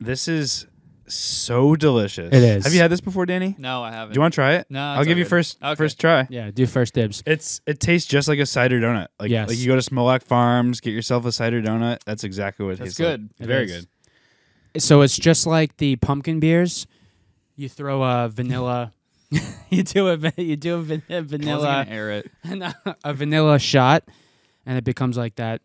Speaker 3: This is so delicious.
Speaker 2: It is.
Speaker 3: Have you had this before, Danny? Do
Speaker 4: no, I haven't.
Speaker 3: you want to try it?
Speaker 4: No,
Speaker 3: I'll give you first
Speaker 4: Okay.
Speaker 3: first try.
Speaker 2: Yeah, do first dibs.
Speaker 3: It's it tastes just like a cider donut. Like
Speaker 2: Yes.
Speaker 3: like you go to Smolak Farms, get yourself a cider donut. That's exactly what it
Speaker 4: That's
Speaker 3: tastes
Speaker 4: good.
Speaker 3: like.
Speaker 2: It
Speaker 3: Very
Speaker 2: is.
Speaker 3: good.
Speaker 2: So it's just like the pumpkin beers. You throw a vanilla. you do a va- you do a, van- a vanilla
Speaker 4: air it.
Speaker 2: a vanilla shot, and it becomes like that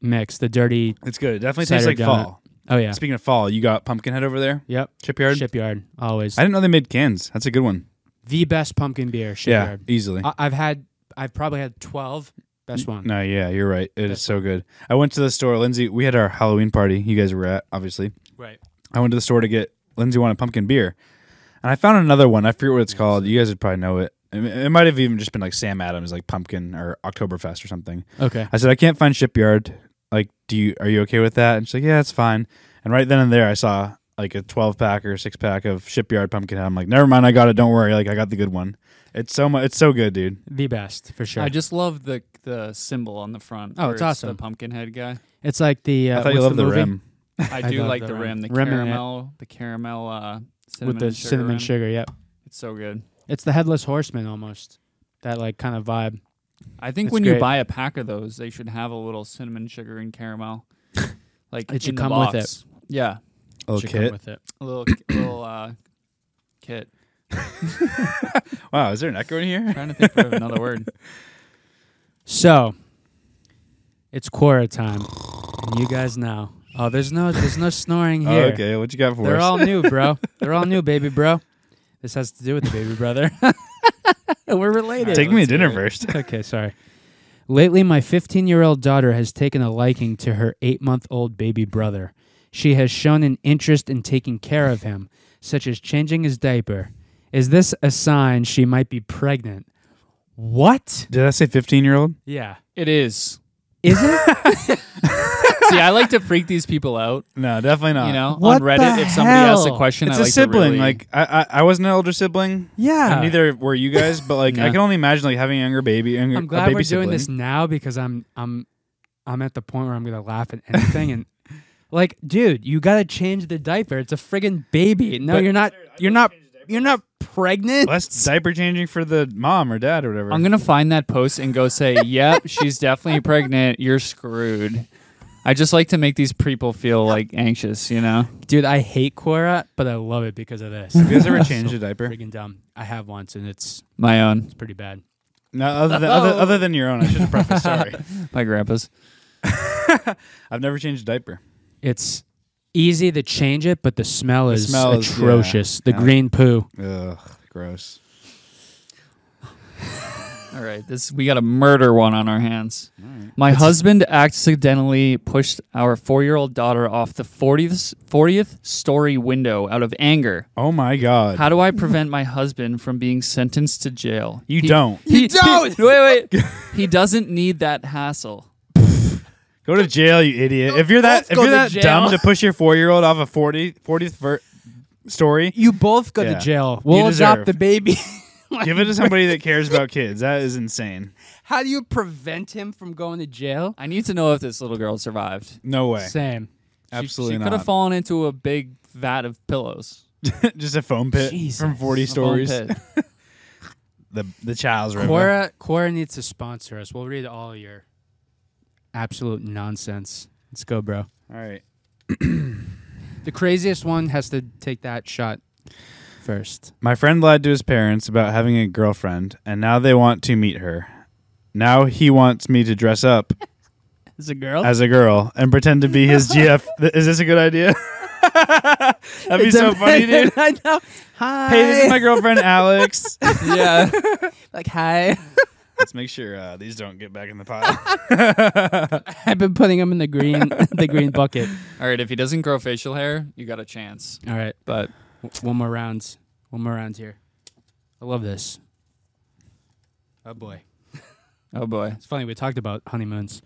Speaker 2: mix. The dirty.
Speaker 3: It's good. It definitely
Speaker 2: Cider
Speaker 3: tastes like
Speaker 2: donut.
Speaker 3: fall.
Speaker 2: Oh yeah.
Speaker 3: Speaking of fall, you got Pumpkinhead over there,
Speaker 2: Yep.
Speaker 3: Shipyard.
Speaker 2: Shipyard always
Speaker 3: I didn't know they made cans. That's a good one.
Speaker 2: the best pumpkin beer.
Speaker 3: Yeah,
Speaker 2: Shipyard.
Speaker 3: easily.
Speaker 2: I- I've had. I've probably had twelve Best one.
Speaker 3: No, yeah, you're right. It is so good. I went to the store, Lindsay. We had our Halloween party. You guys were at, obviously.
Speaker 2: Right.
Speaker 3: I went to the store to get Lindsay wanted pumpkin beer, and I found another one. I forget what it's called. You guys would probably know it. It it might have even just been like Sam Adams, like pumpkin or Oktoberfest or something.
Speaker 2: Okay.
Speaker 3: I said, I can't find shipyard. Like, do you are you okay with that? And she's like, Yeah, it's fine. And right then and there, I saw like a twelve pack or six pack of shipyard pumpkin. I'm like, never mind, I got it. Don't worry. Like, I got the good one. It's so much. It's so good, dude.
Speaker 2: The best for sure.
Speaker 4: I just love the the symbol on the front.
Speaker 2: Oh,
Speaker 4: where
Speaker 2: it's awesome.
Speaker 4: The pumpkin head guy.
Speaker 2: it's like the. Uh,
Speaker 3: I thought you
Speaker 2: what's
Speaker 3: loved the,
Speaker 2: movie?
Speaker 3: rim.
Speaker 4: I do
Speaker 2: love
Speaker 4: like
Speaker 2: the
Speaker 4: the rim, the
Speaker 2: rim in it.
Speaker 4: caramel, the caramel uh, cinnamon
Speaker 2: with the
Speaker 4: and sugar
Speaker 2: cinnamon
Speaker 4: rim.
Speaker 2: sugar. Yep.
Speaker 4: It's so good.
Speaker 2: It's the headless horseman almost. That like kind of vibe.
Speaker 4: I think
Speaker 2: It's
Speaker 4: when
Speaker 2: great.
Speaker 4: you buy a pack of those, they should have a little cinnamon sugar and caramel. Like
Speaker 2: It should
Speaker 4: in the
Speaker 2: come with it.
Speaker 4: box. Yeah,
Speaker 3: Little
Speaker 2: Should come
Speaker 3: kit.
Speaker 2: with it.
Speaker 4: a little little uh, kit.
Speaker 3: Wow, is there an echo in here?
Speaker 4: trying to think of another word.
Speaker 2: So it's quarter time. And you guys know. Oh, there's no there's no snoring
Speaker 3: Oh,
Speaker 2: here.
Speaker 3: okay, what you got for
Speaker 2: They're
Speaker 3: us?
Speaker 2: all new, bro. They're all new, baby bro. This has to do with the baby brother. We're related.
Speaker 3: Take me to
Speaker 4: Let's
Speaker 3: dinner
Speaker 4: hear
Speaker 3: first.
Speaker 2: okay, sorry. Lately, my 15 year old daughter has taken a liking to her eight month old baby brother. She has shown an interest in taking care of him, such as changing his diaper. Is this a sign she might be pregnant? What?
Speaker 3: Did I say fifteen year old?
Speaker 2: Yeah.
Speaker 4: It is.
Speaker 2: Is it?
Speaker 4: See, I like to freak these people out.
Speaker 3: No, definitely not.
Speaker 4: You know,
Speaker 2: What
Speaker 4: on Reddit,
Speaker 2: the
Speaker 4: if somebody asks a
Speaker 2: hell?
Speaker 4: question,
Speaker 3: it's
Speaker 4: I
Speaker 3: a
Speaker 4: like to
Speaker 3: sibling.
Speaker 4: really-
Speaker 3: Like I, I, I wasn't an older sibling.
Speaker 2: yeah.
Speaker 3: And neither were you guys, but like I
Speaker 4: Yeah.
Speaker 3: can only imagine like having a younger baby. Younger,
Speaker 2: I'm
Speaker 3: a
Speaker 2: glad
Speaker 3: baby
Speaker 2: we're
Speaker 3: sibling.
Speaker 2: doing this now because I'm I'm I'm at the point where I'm gonna laugh at anything and like, dude, you gotta change the diaper. It's a friggin' baby. No,
Speaker 3: But-
Speaker 2: you're not. You're not. You're not pregnant.
Speaker 3: Less diaper changing for the mom or dad or whatever.
Speaker 4: I'm gonna find that post and go say, "Yep, she's definitely pregnant. You're screwed." I just like to make these people feel like anxious, you know.
Speaker 2: Dude, I hate Quora, but I love it because of this.
Speaker 3: you guys ever changed a diaper?
Speaker 2: friggin' dumb. I have once, and it's
Speaker 4: My own,
Speaker 2: pretty bad.
Speaker 3: No, other than, other, other than your own. I should have prefaced. Sorry,
Speaker 4: my grandpa's.
Speaker 3: I've never changed a diaper.
Speaker 2: It's easy to change it, but the smell is
Speaker 3: smell is-
Speaker 2: atrocious.
Speaker 3: yeah,
Speaker 2: the
Speaker 3: yeah.
Speaker 2: green poo.
Speaker 3: Ugh, gross.
Speaker 4: All right, this we got a murder one on our hands. My husband accidentally pushed our four-year-old daughter off the 40th 40th story window out of anger.
Speaker 3: Oh my god.
Speaker 4: How do I prevent my husband from being sentenced to jail?
Speaker 3: you don't
Speaker 4: He, don't. wait, wait. he doesn't need that hassle.
Speaker 3: go to jail, you idiot. If you're that if
Speaker 4: go
Speaker 3: you're
Speaker 4: to
Speaker 3: that
Speaker 4: jail.
Speaker 3: dumb to push your four year old off a 40, 40th ver- story,
Speaker 2: You both go
Speaker 3: Yeah.
Speaker 2: to jail. We'll
Speaker 3: deserve.
Speaker 2: adopt the baby.
Speaker 3: give it to somebody that cares about kids. That is insane.
Speaker 2: How do you prevent him from going to jail?
Speaker 4: I need to know if this little girl survived.
Speaker 3: No way.
Speaker 2: Same.
Speaker 3: Absolutely
Speaker 4: she, she could
Speaker 3: not.
Speaker 4: have fallen into a big vat of pillows.
Speaker 3: Just a foam pit from
Speaker 2: Jesus.
Speaker 3: forty
Speaker 4: A foam
Speaker 3: stories.
Speaker 4: pit.
Speaker 3: The the child's river.
Speaker 2: Quora, Quora needs to sponsor us. We'll read all your absolute nonsense. Let's go, bro.
Speaker 3: All right.
Speaker 2: The craziest one has to take that shot first.
Speaker 3: My friend lied to his parents about having a girlfriend, and now they want to meet her. Now he wants me to dress up
Speaker 4: Is a girl?
Speaker 3: as a girl and pretend to be his GF. Th- Is this a good idea? That'd be so funny, dude.
Speaker 2: I know. Hi.
Speaker 3: Hey, this is my girlfriend, Alex.
Speaker 4: yeah.
Speaker 2: like hi.
Speaker 3: Let's make sure uh, these don't get back in the pile.
Speaker 2: I've been putting him in the green, the green bucket.
Speaker 4: All right, if he doesn't grow facial hair, you got a chance.
Speaker 2: All right,
Speaker 4: But
Speaker 2: w- one more round. One more round here. I love this. Oh boy.
Speaker 4: oh boy.
Speaker 2: It's funny, we talked about honeymoons.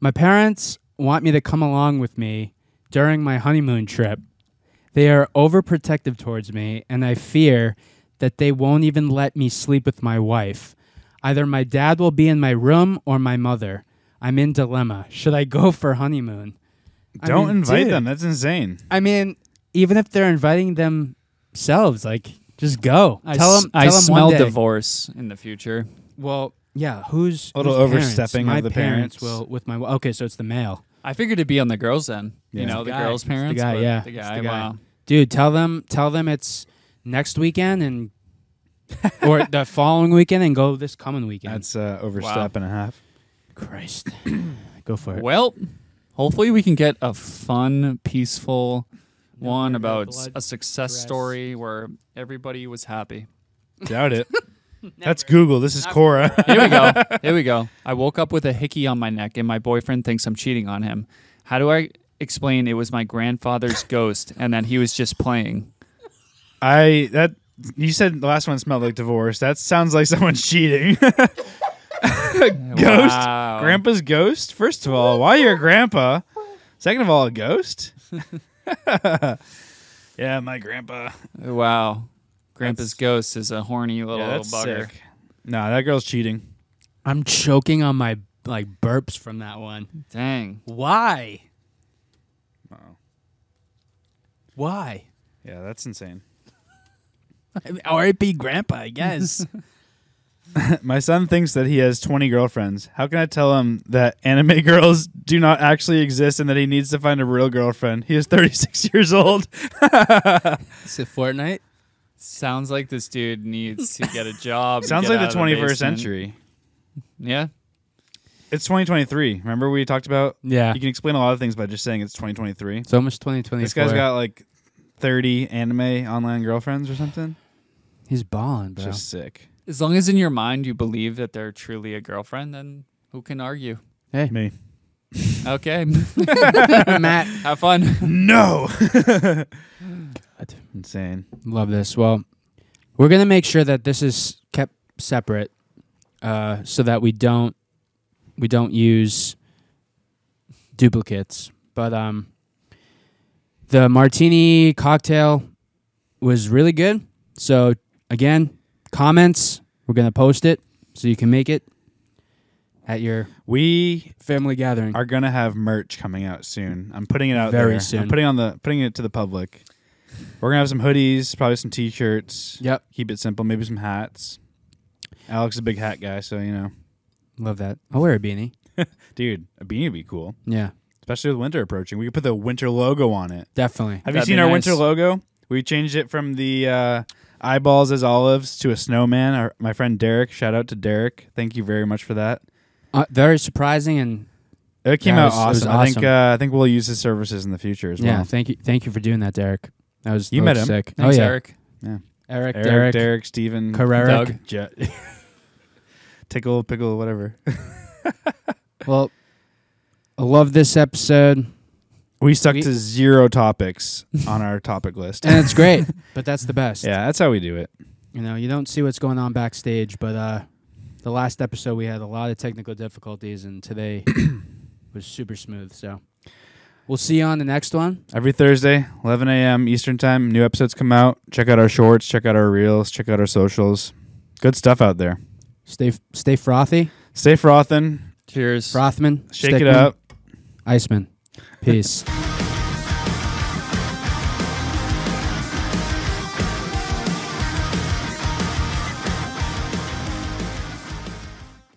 Speaker 2: My parents want me to come along with me during my honeymoon trip. They are overprotective towards me, and I fear that they won't even let me sleep with my wife. Either my dad will be in my room or my mother. I'm in dilemma. Should I go for honeymoon? I
Speaker 3: don't
Speaker 2: mean,
Speaker 3: invite
Speaker 2: dude,
Speaker 3: them. That's insane.
Speaker 2: I mean, even if they're inviting themselves, like just go. tell them.
Speaker 4: I smell divorce in the future.
Speaker 2: Well, yeah. Who's
Speaker 3: A little
Speaker 2: whose parents?
Speaker 3: overstepping
Speaker 2: My
Speaker 3: of the
Speaker 2: parents.
Speaker 3: parents.
Speaker 2: will with my. Okay, so it's the male.
Speaker 4: I figured it'd be on the girls then.
Speaker 3: Yeah.
Speaker 4: You know,
Speaker 2: It's
Speaker 4: the,
Speaker 2: the guy.
Speaker 4: girls'
Speaker 2: It's the
Speaker 4: parents.
Speaker 2: guy,
Speaker 4: but
Speaker 2: yeah.
Speaker 4: The
Speaker 2: It's
Speaker 4: guy,
Speaker 2: the guy.
Speaker 4: wow.
Speaker 2: dude tell them tell them it's next weekend and or the following weekend and go this coming weekend
Speaker 3: That's uh, overstep and a half.
Speaker 2: christ go for it
Speaker 4: Well, hopefully we can get a fun, peaceful one
Speaker 2: no
Speaker 4: about
Speaker 2: blood,
Speaker 4: s- a success
Speaker 2: stress.
Speaker 4: story where everybody was happy.
Speaker 3: Doubt it. That's Google. This is Cora.
Speaker 4: Here we go. Here we go. I woke up with a hickey on my neck, and my boyfriend thinks I'm cheating on him. How do I explain it was my grandfather's ghost and that he was just playing?
Speaker 3: I that you said the last one smelled like divorce. That sounds like someone cheating. ghost,
Speaker 4: Wow.
Speaker 3: grandpa's ghost. First of all, why your grandpa? Second of all, a ghost. yeah, my grandpa.
Speaker 4: Wow. Grandpa's ghost is a horny little
Speaker 3: Yeah, that's
Speaker 4: bugger.
Speaker 3: sick. Nah, that girl's cheating.
Speaker 2: I'm choking on my like burps from that one.
Speaker 4: Dang.
Speaker 2: Why?
Speaker 3: Wow.
Speaker 2: Why?
Speaker 3: Yeah, that's insane.
Speaker 2: R.I.P. Grandpa, I guess.
Speaker 3: My son thinks that he has 20 girlfriends. How can I tell him that anime girls do not actually exist and that he needs to find a real girlfriend? He is 36 years old.
Speaker 2: is it Fortnite?
Speaker 4: Sounds like this dude needs to get a job. and
Speaker 3: Sounds
Speaker 4: get
Speaker 3: like the
Speaker 4: out of
Speaker 3: 21st
Speaker 4: basement.
Speaker 3: century.
Speaker 4: Yeah.
Speaker 3: It's 2023. Remember we talked about
Speaker 2: Yeah.
Speaker 3: you can explain a lot of things by just saying it's 2023.
Speaker 2: So much 2024.
Speaker 3: This guy's got like 30 anime online girlfriends or something.
Speaker 2: He's balling,
Speaker 3: It's
Speaker 2: bro.
Speaker 3: just sick.
Speaker 4: As long as in your mind you believe that they're truly a girlfriend, then who can argue?
Speaker 3: Me.
Speaker 4: Okay.
Speaker 2: Matt,
Speaker 4: Have
Speaker 3: Oh,
Speaker 4: fun.
Speaker 3: No. Insane.
Speaker 2: love this. Well, we're gonna make sure that this is kept separate, uh, so that we don't we don't use duplicates. But um, the martini cocktail was really good. So again, comments. We're gonna post it so you can make it at your
Speaker 3: We
Speaker 2: family gathering.
Speaker 3: are gonna have merch coming out soon. I'm putting it out
Speaker 2: Very
Speaker 3: there.
Speaker 2: soon.
Speaker 3: I'm putting on the putting it to the public. We're gonna have some hoodies, probably some t-shirts.
Speaker 2: yep,
Speaker 3: Keep it simple. Maybe some hats. Alex is a big hat guy, so you know,
Speaker 2: love that. I'll wear a beanie.
Speaker 3: dude, a beanie would be cool,
Speaker 2: Yeah,
Speaker 3: especially with winter approaching. We could put the winter logo on it.
Speaker 2: definitely.
Speaker 3: Have
Speaker 4: That'd be
Speaker 3: you seen our
Speaker 4: nice.
Speaker 3: winter logo? We changed it from the uh, eyeballs as olives to a snowman. Our, my friend Derek, shout out to Derek. Thank you very much for that.
Speaker 2: Uh, very surprising and
Speaker 3: It came
Speaker 2: Yeah, it
Speaker 3: out
Speaker 2: was- it was
Speaker 3: awesome. I think
Speaker 2: awesome.
Speaker 3: uh, I think we'll use his services in the future as
Speaker 2: Yeah,
Speaker 3: well.
Speaker 2: thank you, thank you for doing that, Derek. That was
Speaker 3: You
Speaker 2: that
Speaker 3: met
Speaker 2: was
Speaker 3: him.
Speaker 2: Sick.
Speaker 4: Thanks,
Speaker 2: oh yeah,
Speaker 4: Eric.
Speaker 2: Eric,
Speaker 3: Eric,
Speaker 2: Derek,
Speaker 3: Derek, Steven,
Speaker 2: Carrera.
Speaker 4: Doug.
Speaker 3: Je- Tickle, pickle, whatever.
Speaker 2: Well, I love this episode,
Speaker 3: We stuck
Speaker 2: We-
Speaker 3: to zero topics on our topic list.
Speaker 2: and it's great. but that's the best.
Speaker 3: yeah, that's how we do it.
Speaker 2: You know, you don't see what's going on backstage, but uh, the last episode we had a lot of technical difficulties, and today was super smooth. So we'll see you on the next one.
Speaker 3: Every Thursday, 11 a.m. Eastern Time, new episodes come out. Check out our shorts, check out our reels, check out our socials. Good stuff out there.
Speaker 2: Stay stay frothy,
Speaker 3: Stay frothing,
Speaker 4: Cheers.
Speaker 2: Frothman,
Speaker 3: shake it
Speaker 2: Stickman,
Speaker 3: up.
Speaker 2: Iceman. Peace.